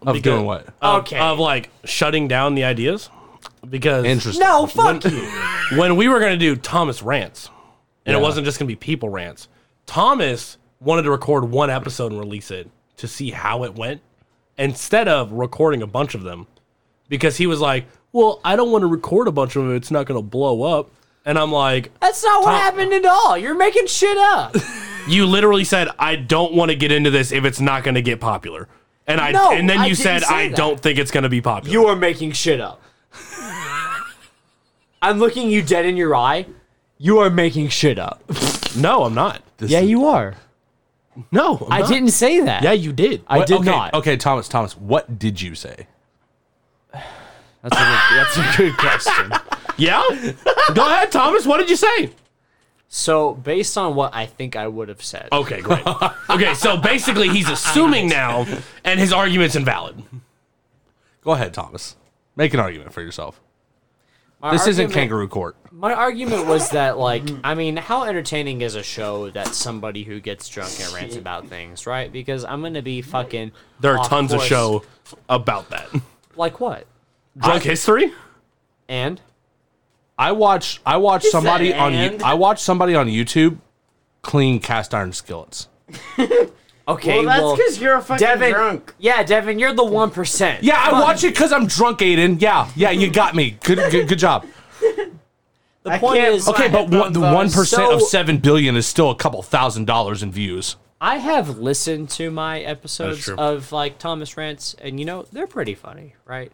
[SPEAKER 2] Of
[SPEAKER 9] Because-
[SPEAKER 2] doing what?
[SPEAKER 9] Of,
[SPEAKER 8] Okay.
[SPEAKER 9] Of like shutting down the ideas because
[SPEAKER 2] Interesting.
[SPEAKER 8] no, fuck you.
[SPEAKER 9] when we were going to do Thomas rants, and it wasn't just going to be people rants, Thomas wanted to record one episode and release it to see how it went instead of recording a bunch of them because he was like, Well, I don't want to record a bunch of them. It's not going to blow up. And I'm like,
[SPEAKER 8] That's not what happened at all. You're making shit up.
[SPEAKER 9] You literally said, I don't want to get into this if it's not going to get popular. And I
[SPEAKER 8] No,
[SPEAKER 9] and then
[SPEAKER 8] I
[SPEAKER 9] you
[SPEAKER 8] didn't
[SPEAKER 9] said
[SPEAKER 8] say
[SPEAKER 9] I
[SPEAKER 8] that.
[SPEAKER 9] don't think it's going to be popular.
[SPEAKER 8] You are making shit up. I'm looking you dead in your eye. You are making shit up.
[SPEAKER 9] no, I'm not.
[SPEAKER 8] yeah, you are.
[SPEAKER 9] No, I'm
[SPEAKER 8] I
[SPEAKER 9] not.
[SPEAKER 8] didn't say that.
[SPEAKER 9] Yeah, you did.
[SPEAKER 8] I
[SPEAKER 2] What-
[SPEAKER 8] did
[SPEAKER 2] okay,
[SPEAKER 8] not.
[SPEAKER 2] Okay, Thomas, Thomas, what did you say?
[SPEAKER 8] That's, a good, that's a good question.
[SPEAKER 9] yeah. Go ahead, Thomas. What did you say?
[SPEAKER 8] So, based on what I think I would have said,
[SPEAKER 9] Okay, great. Okay, so basically he's assuming now, and his argument's invalid.
[SPEAKER 2] Go ahead, Thomas. Make an argument for yourself. this isn't
[SPEAKER 8] argument-
[SPEAKER 2] kangaroo court.
[SPEAKER 8] My argument was that, like,
[SPEAKER 6] Mm-hmm.
[SPEAKER 8] I mean, how entertaining is a show that somebody who gets drunk and rants about things, right? Because I'm gonna be fucking.
[SPEAKER 9] There are
[SPEAKER 8] off
[SPEAKER 9] tons of
[SPEAKER 8] course.
[SPEAKER 9] show about that.
[SPEAKER 8] Like what?
[SPEAKER 9] Drunk history?
[SPEAKER 8] And
[SPEAKER 2] I watch I watch somebody on you,
[SPEAKER 6] and?
[SPEAKER 2] I watch somebody on YouTube clean cast iron skillets.
[SPEAKER 8] okay,
[SPEAKER 6] Well,
[SPEAKER 8] well,
[SPEAKER 6] that's because you're a fucking
[SPEAKER 8] Devin.
[SPEAKER 6] drunk.
[SPEAKER 8] Yeah, Devin, you're the one percent.
[SPEAKER 2] Yeah, I watch it because I'm drunk, Aiden. Yeah, yeah, you got me. Good, good, good job.
[SPEAKER 8] The point
[SPEAKER 6] can't
[SPEAKER 8] is, Uh,
[SPEAKER 2] Okay,
[SPEAKER 6] believe-
[SPEAKER 2] but one, the one percent of
[SPEAKER 8] So-
[SPEAKER 2] seven billion is still a couple thousand dollars in views.
[SPEAKER 8] I have listened to my episodes
[SPEAKER 9] true.
[SPEAKER 8] of like Thomas rants, and you know they're pretty funny, right?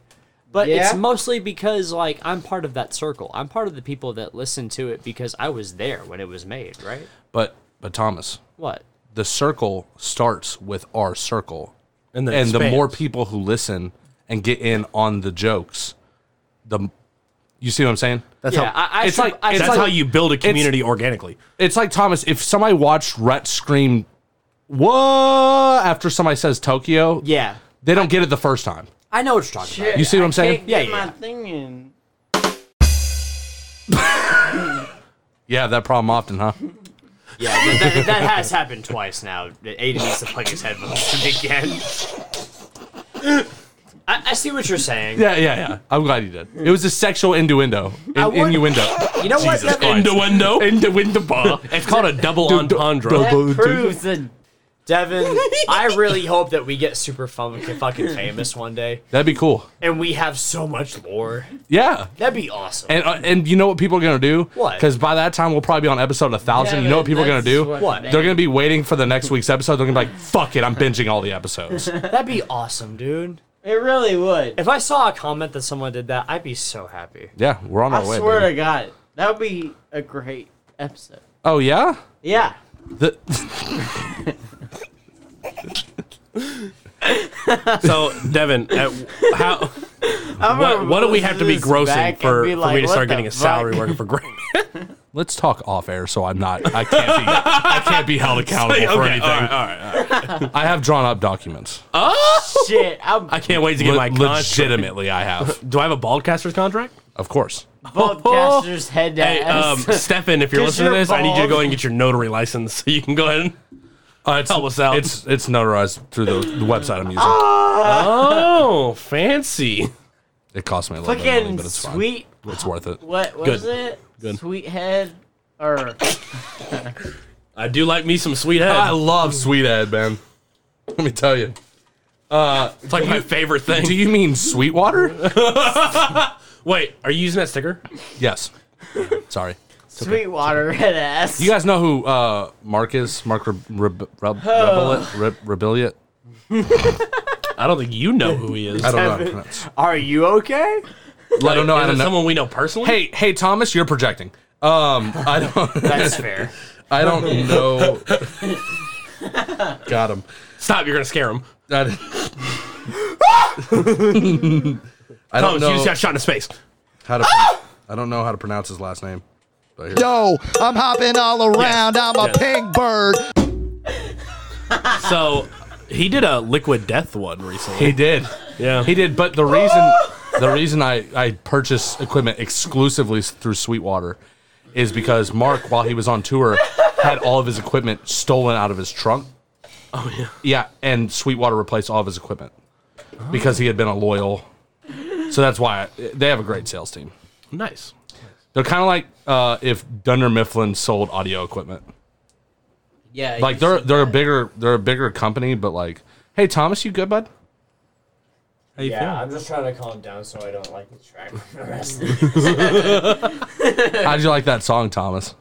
[SPEAKER 8] But
[SPEAKER 6] Yeah.
[SPEAKER 8] it's mostly because like I'm part of that circle. I'm part of the people that listen to it because I was there when it was made, right?
[SPEAKER 2] But but Thomas,
[SPEAKER 8] What?
[SPEAKER 2] the circle starts with our circle,
[SPEAKER 9] And, then
[SPEAKER 2] and the
[SPEAKER 9] expands.
[SPEAKER 2] more people who listen and get in on the jokes, the m- you see what I'm saying?
[SPEAKER 9] that's
[SPEAKER 8] yeah,
[SPEAKER 9] how
[SPEAKER 8] I, I
[SPEAKER 2] it's
[SPEAKER 8] should-
[SPEAKER 2] like-
[SPEAKER 8] I
[SPEAKER 2] it's
[SPEAKER 9] that's
[SPEAKER 8] should-
[SPEAKER 9] how you build a community organically.
[SPEAKER 2] It's like Thomas. If somebody watched Rhett scream, "What?" after somebody says Tokyo,
[SPEAKER 8] yeah.
[SPEAKER 2] they don't get it the first time.
[SPEAKER 8] I know what you're talking about.
[SPEAKER 2] You see what I'm saying?
[SPEAKER 6] Can't get
[SPEAKER 8] Yeah, yeah,
[SPEAKER 6] my
[SPEAKER 8] yeah.
[SPEAKER 6] thing in.
[SPEAKER 2] Yeah, that problem often, huh?
[SPEAKER 8] Yeah, that, that, that has happened twice now. Aiden needs to plug his headphones in again. I, I see what you're saying.
[SPEAKER 2] Yeah, yeah, yeah. I'm glad you did. It was a sexual innuendo. In,
[SPEAKER 8] would-
[SPEAKER 2] innuendo.
[SPEAKER 8] You know what?
[SPEAKER 9] Jesus
[SPEAKER 8] Devin?
[SPEAKER 9] Christ. Innuendo. Innuendo. It's called a double entendre.
[SPEAKER 6] That proves that
[SPEAKER 8] Devin, I really hope that we get super fun, fucking famous one day,
[SPEAKER 2] That'd be cool.
[SPEAKER 8] and we have so much lore.
[SPEAKER 2] Yeah.
[SPEAKER 8] That'd be awesome.
[SPEAKER 2] And uh, and you know what people are gonna do?
[SPEAKER 8] What?
[SPEAKER 2] Because by that time we'll probably be on episode a thousand. you know what people are gonna
[SPEAKER 6] that's
[SPEAKER 2] do?
[SPEAKER 6] what-
[SPEAKER 8] What?
[SPEAKER 2] They're gonna be waiting for the next week's episode. They're gonna be like, "Fuck it, I'm binging all the episodes."
[SPEAKER 8] That'd be awesome, dude.
[SPEAKER 6] it really would.
[SPEAKER 8] If I saw a comment that someone did that, I'd be so happy.
[SPEAKER 2] yeah, we're on our
[SPEAKER 6] I
[SPEAKER 2] way.
[SPEAKER 6] swear
[SPEAKER 2] baby.
[SPEAKER 6] to God, that would be a great episode.
[SPEAKER 2] Oh yeah.
[SPEAKER 6] Yeah.
[SPEAKER 2] The,
[SPEAKER 4] So, Devin,
[SPEAKER 9] uh,
[SPEAKER 4] at, how what, what do we have to be
[SPEAKER 6] this back
[SPEAKER 4] grossing
[SPEAKER 6] and
[SPEAKER 4] for,
[SPEAKER 6] be like,
[SPEAKER 4] for me to
[SPEAKER 6] what
[SPEAKER 4] start
[SPEAKER 6] the
[SPEAKER 4] getting a
[SPEAKER 6] fuck?
[SPEAKER 4] salary working for Grammy?
[SPEAKER 2] let's talk off air, so I'm not. I can't be. I can't be held accountable
[SPEAKER 4] Okay,
[SPEAKER 2] for anything.
[SPEAKER 4] all right, all right, all right.
[SPEAKER 2] I have drawn up documents.
[SPEAKER 6] Shit. I'm
[SPEAKER 4] I can't wait to get
[SPEAKER 2] Le-
[SPEAKER 4] my contract.
[SPEAKER 2] legitimately, I have.
[SPEAKER 4] Do I have a baldcaster's contract?
[SPEAKER 2] Of course.
[SPEAKER 9] Oh,
[SPEAKER 6] Broadcaster's head to
[SPEAKER 4] Hey, um,
[SPEAKER 6] ass.
[SPEAKER 4] Stefan, if you're
[SPEAKER 6] 'Cause
[SPEAKER 4] listening to
[SPEAKER 6] you're
[SPEAKER 4] this, I need you to
[SPEAKER 6] bald.
[SPEAKER 4] go ahead and get your notary license so you can go ahead and
[SPEAKER 2] Uh, it's,
[SPEAKER 4] help us out.
[SPEAKER 2] It's it's notarized through the, the website I'm using.
[SPEAKER 4] oh, fancy.
[SPEAKER 2] It cost me a little bit of money,
[SPEAKER 6] Fucking
[SPEAKER 2] but it's fine.
[SPEAKER 6] sweet.
[SPEAKER 2] It's worth it.
[SPEAKER 6] What what
[SPEAKER 4] Good.
[SPEAKER 6] is it? Sweet head or
[SPEAKER 4] I do like me some sweet head.
[SPEAKER 2] I love sweet ad, man. Let me tell you.
[SPEAKER 4] it's like my favorite thing.
[SPEAKER 2] Do you mean Sweetwater?
[SPEAKER 4] wait, are you using that sticker?
[SPEAKER 2] yes. Sorry.
[SPEAKER 6] Sweetwater head ass.
[SPEAKER 2] You guys know who uh, Mark is? Mark Re- Re- Re- Rebellion? Re- Rebellion?
[SPEAKER 4] I don't think you know who he is.
[SPEAKER 2] I don't know.
[SPEAKER 8] Are you okay?
[SPEAKER 2] I don't know. I
[SPEAKER 4] Is
[SPEAKER 2] don't
[SPEAKER 4] it
[SPEAKER 2] know.
[SPEAKER 4] someone we know personally?
[SPEAKER 2] Hey, hey, Thomas, you're projecting. Um, I don't,
[SPEAKER 8] That's fair.
[SPEAKER 2] I don't know. Got him.
[SPEAKER 4] stop! You're gonna scare him.
[SPEAKER 2] I, I
[SPEAKER 4] Thomas,
[SPEAKER 2] don't
[SPEAKER 4] you just Ah!
[SPEAKER 2] know
[SPEAKER 4] got shot in the face.
[SPEAKER 2] how to. pro- I don't know how to pronounce his last name. But here-
[SPEAKER 14] Yo, Oh, I'm hopping all around. I'm a
[SPEAKER 4] Yes.
[SPEAKER 14] pink bird.
[SPEAKER 4] So he did a liquid death one recently.
[SPEAKER 2] He did.
[SPEAKER 4] Yeah.
[SPEAKER 2] He did. But the reason the reason I I purchased equipment exclusively through Sweetwater is because Mark, while he was on tour, had all of his equipment stolen out of his trunk. Oh yeah. Yeah, and Sweetwater replaced all of his equipment because he had been a loyal. So that's why I, they have a great sales team.
[SPEAKER 4] nice.
[SPEAKER 2] They're kind of like uh, if Dunder Mifflin sold audio equipment.
[SPEAKER 6] yeah.
[SPEAKER 2] Like
[SPEAKER 6] you-
[SPEAKER 2] they're they're a bigger they're a bigger company, but like, hey Thomas, you good, bud?
[SPEAKER 4] How you
[SPEAKER 8] Yeah, I'm just trying to calm down so I don't like distract the rest.
[SPEAKER 2] How'd you like that song, Thomas?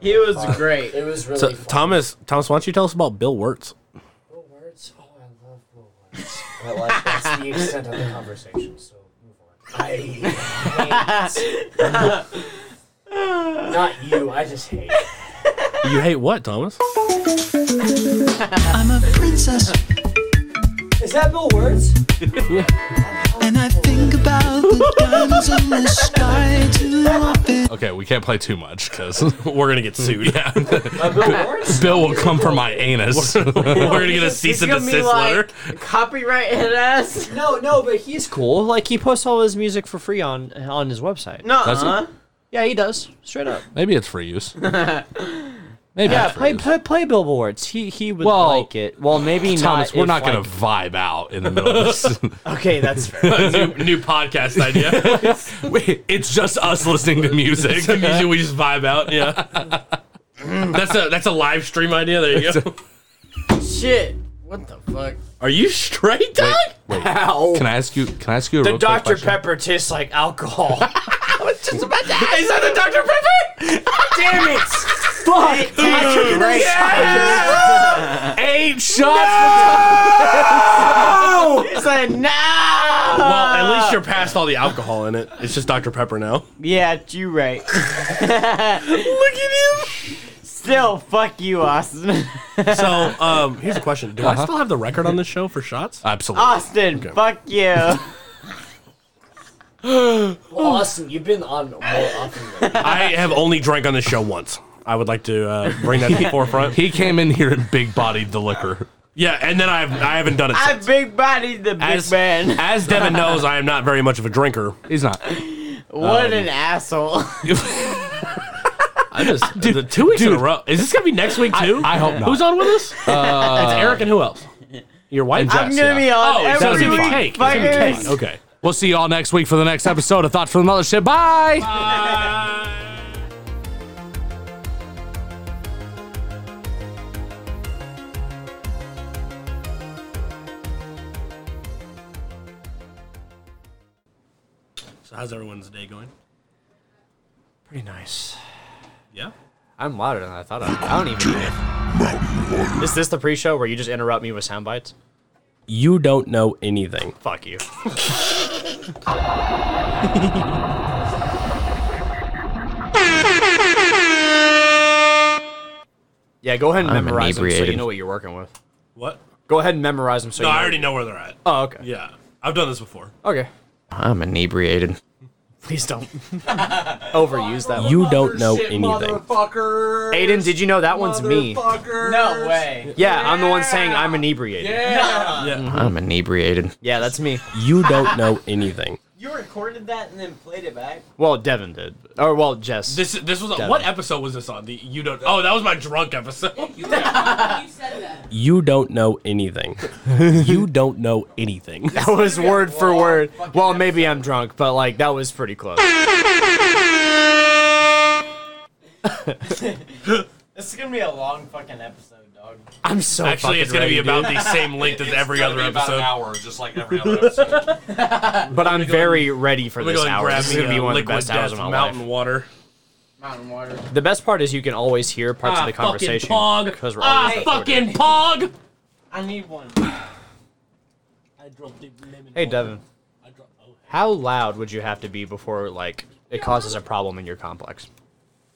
[SPEAKER 6] he was great.
[SPEAKER 8] It was really
[SPEAKER 4] So, Thomas, Thomas, why don't you tell us about Bill Wirtz?
[SPEAKER 8] words. Oh, I love blue words. But like that's the extent of the conversation. So move on. I hate. Not you. I just hate.
[SPEAKER 4] You hate what, Thomas?
[SPEAKER 14] I'm a princess,
[SPEAKER 8] Is that Bill Words?
[SPEAKER 14] and I think about the guns in the sky too often.
[SPEAKER 2] Okay, we can't play too much because
[SPEAKER 4] We're gonna get sued. yeah,
[SPEAKER 8] Bill Words?
[SPEAKER 2] Bill will come for my anus.
[SPEAKER 4] we're gonna get a cease
[SPEAKER 6] It's
[SPEAKER 4] and
[SPEAKER 6] gonna be
[SPEAKER 4] desist letter.
[SPEAKER 6] like copyright head ass.
[SPEAKER 8] No, no, but he's cool. Like he posts all his music for free on on his website.
[SPEAKER 6] No,
[SPEAKER 2] Does he?
[SPEAKER 8] uh-huh.
[SPEAKER 6] uh
[SPEAKER 8] Yeah, he does. Straight up.
[SPEAKER 2] Maybe it's for use. Maybe.
[SPEAKER 8] Yeah,
[SPEAKER 2] it's for
[SPEAKER 8] play
[SPEAKER 2] use.
[SPEAKER 8] play, play billboards. He he would
[SPEAKER 2] Well,
[SPEAKER 8] like it. Well, maybe
[SPEAKER 2] Thomas,
[SPEAKER 8] not.
[SPEAKER 2] we're
[SPEAKER 8] if,
[SPEAKER 2] not gonna
[SPEAKER 8] like-
[SPEAKER 2] vibe out in the middle of this.
[SPEAKER 8] Okay, that's fair.
[SPEAKER 4] new, new podcast idea.
[SPEAKER 2] Wait, it's just us listening to music.
[SPEAKER 4] It's the music we just vibe out. Yeah, that's a that's a live stream idea. There you go.
[SPEAKER 6] shit. What the fuck?
[SPEAKER 4] Are you straight, Doug?
[SPEAKER 2] Wait, can I ask you? Can I ask you a real quick
[SPEAKER 8] Dr
[SPEAKER 2] question?
[SPEAKER 8] Pepper tastes like alcohol.
[SPEAKER 4] Is that the Dr Pepper?
[SPEAKER 8] Damn it!
[SPEAKER 2] Eight shots.
[SPEAKER 6] It's like no.
[SPEAKER 4] Well, at
[SPEAKER 6] Uh.
[SPEAKER 4] least you're past all the alcohol in it. It's just Dr Pepper now.
[SPEAKER 6] Yeah, you right. Look at him. Still, fuck you, Austin.
[SPEAKER 4] So, um, here's a question: Do I still have the record on this show for shots?
[SPEAKER 2] Uh-huh. Absolutely.
[SPEAKER 6] Austin, fuck you.
[SPEAKER 8] Austin, you've been on more often. than-
[SPEAKER 4] I have only drank on this show once. I would like to uh, bring that to the forefront.
[SPEAKER 2] he came in here and big bodied the liquor.
[SPEAKER 4] Yeah, and then I've I haven't done it.
[SPEAKER 6] I
[SPEAKER 4] Since.
[SPEAKER 6] big bodied the big
[SPEAKER 4] As-
[SPEAKER 6] man.
[SPEAKER 4] As Devin knows, I am not very much of a drinker.
[SPEAKER 2] He's not.
[SPEAKER 6] What an asshole.
[SPEAKER 4] I just dude, the two weeks in a row. Is this gonna be next week too?
[SPEAKER 2] I hope not.
[SPEAKER 4] Who's on with us? it's Eric and who else? Your wife.
[SPEAKER 2] And
[SPEAKER 6] I'm gonna be on
[SPEAKER 4] Oh, it's gonna
[SPEAKER 6] every
[SPEAKER 4] be
[SPEAKER 6] week.
[SPEAKER 4] cake. It's gonna be
[SPEAKER 6] fuckers.
[SPEAKER 4] cake. Okay.
[SPEAKER 2] We'll see you all next week for the next episode of Thoughts from the Mothership. Bye.
[SPEAKER 4] So how's everyone's day going?
[SPEAKER 8] Pretty nice.
[SPEAKER 4] Yeah.
[SPEAKER 8] I'm louder than I thought. I, I don't even. know. Is this the pre-show where you just interrupt me with sound bites?
[SPEAKER 4] You don't know anything.
[SPEAKER 8] Fuck you. Yeah, go ahead and
[SPEAKER 15] I'm
[SPEAKER 8] memorize them so you
[SPEAKER 15] inebriated.
[SPEAKER 8] know what you're working with.
[SPEAKER 4] What?
[SPEAKER 8] Go ahead and memorize them so
[SPEAKER 4] No,
[SPEAKER 8] you know.
[SPEAKER 4] I already know where they're at.
[SPEAKER 8] Oh, okay.
[SPEAKER 4] Yeah. I've done this before.
[SPEAKER 8] Okay.
[SPEAKER 15] I'm inebriated.
[SPEAKER 8] Please don't overuse that one.
[SPEAKER 9] You don't know anything.
[SPEAKER 8] Aiden, did you know that one's me?
[SPEAKER 6] No way.
[SPEAKER 8] Yeah, I'm the one saying I'm inebriated. Yeah,
[SPEAKER 15] I'm inebriated.
[SPEAKER 8] that's me.
[SPEAKER 9] You don't know anything.
[SPEAKER 6] You recorded that and then played it back.
[SPEAKER 8] Well, Oh, Devin did. Or, well, Jess.
[SPEAKER 4] This this was
[SPEAKER 8] Devin.
[SPEAKER 4] what episode was this on? The you don't. Oh, that was my drunk episode.
[SPEAKER 9] You don't know anything. you don't know anything.
[SPEAKER 8] that was word for word. Well, maybe I'm drunk, but, like, that was pretty close.
[SPEAKER 6] This is gonna be a long fucking episode, dog.
[SPEAKER 8] I'm so
[SPEAKER 4] Actually,
[SPEAKER 8] fucking
[SPEAKER 4] it's gonna be
[SPEAKER 8] ready,
[SPEAKER 4] about
[SPEAKER 8] dude.
[SPEAKER 4] the same length as every other episode.
[SPEAKER 16] hour, just like every other episode.
[SPEAKER 8] But I'm very ready for
[SPEAKER 4] Let me
[SPEAKER 8] this
[SPEAKER 4] go and
[SPEAKER 8] hour.
[SPEAKER 4] grab
[SPEAKER 8] This is
[SPEAKER 4] me
[SPEAKER 8] gonna be
[SPEAKER 4] a
[SPEAKER 8] one of the
[SPEAKER 4] liquid
[SPEAKER 8] best hours of
[SPEAKER 4] death
[SPEAKER 8] my
[SPEAKER 4] mountain
[SPEAKER 8] life.
[SPEAKER 4] water.
[SPEAKER 6] Mountain water.
[SPEAKER 8] The best part is you can always hear parts of the conversation
[SPEAKER 4] Ah, Fucking
[SPEAKER 8] because
[SPEAKER 4] pog.
[SPEAKER 8] we're
[SPEAKER 4] Ah,
[SPEAKER 8] always recording.
[SPEAKER 4] fucking pog.
[SPEAKER 6] I need one.
[SPEAKER 8] Hey, Devin. How loud would you have to be before like it causes a problem in your complex?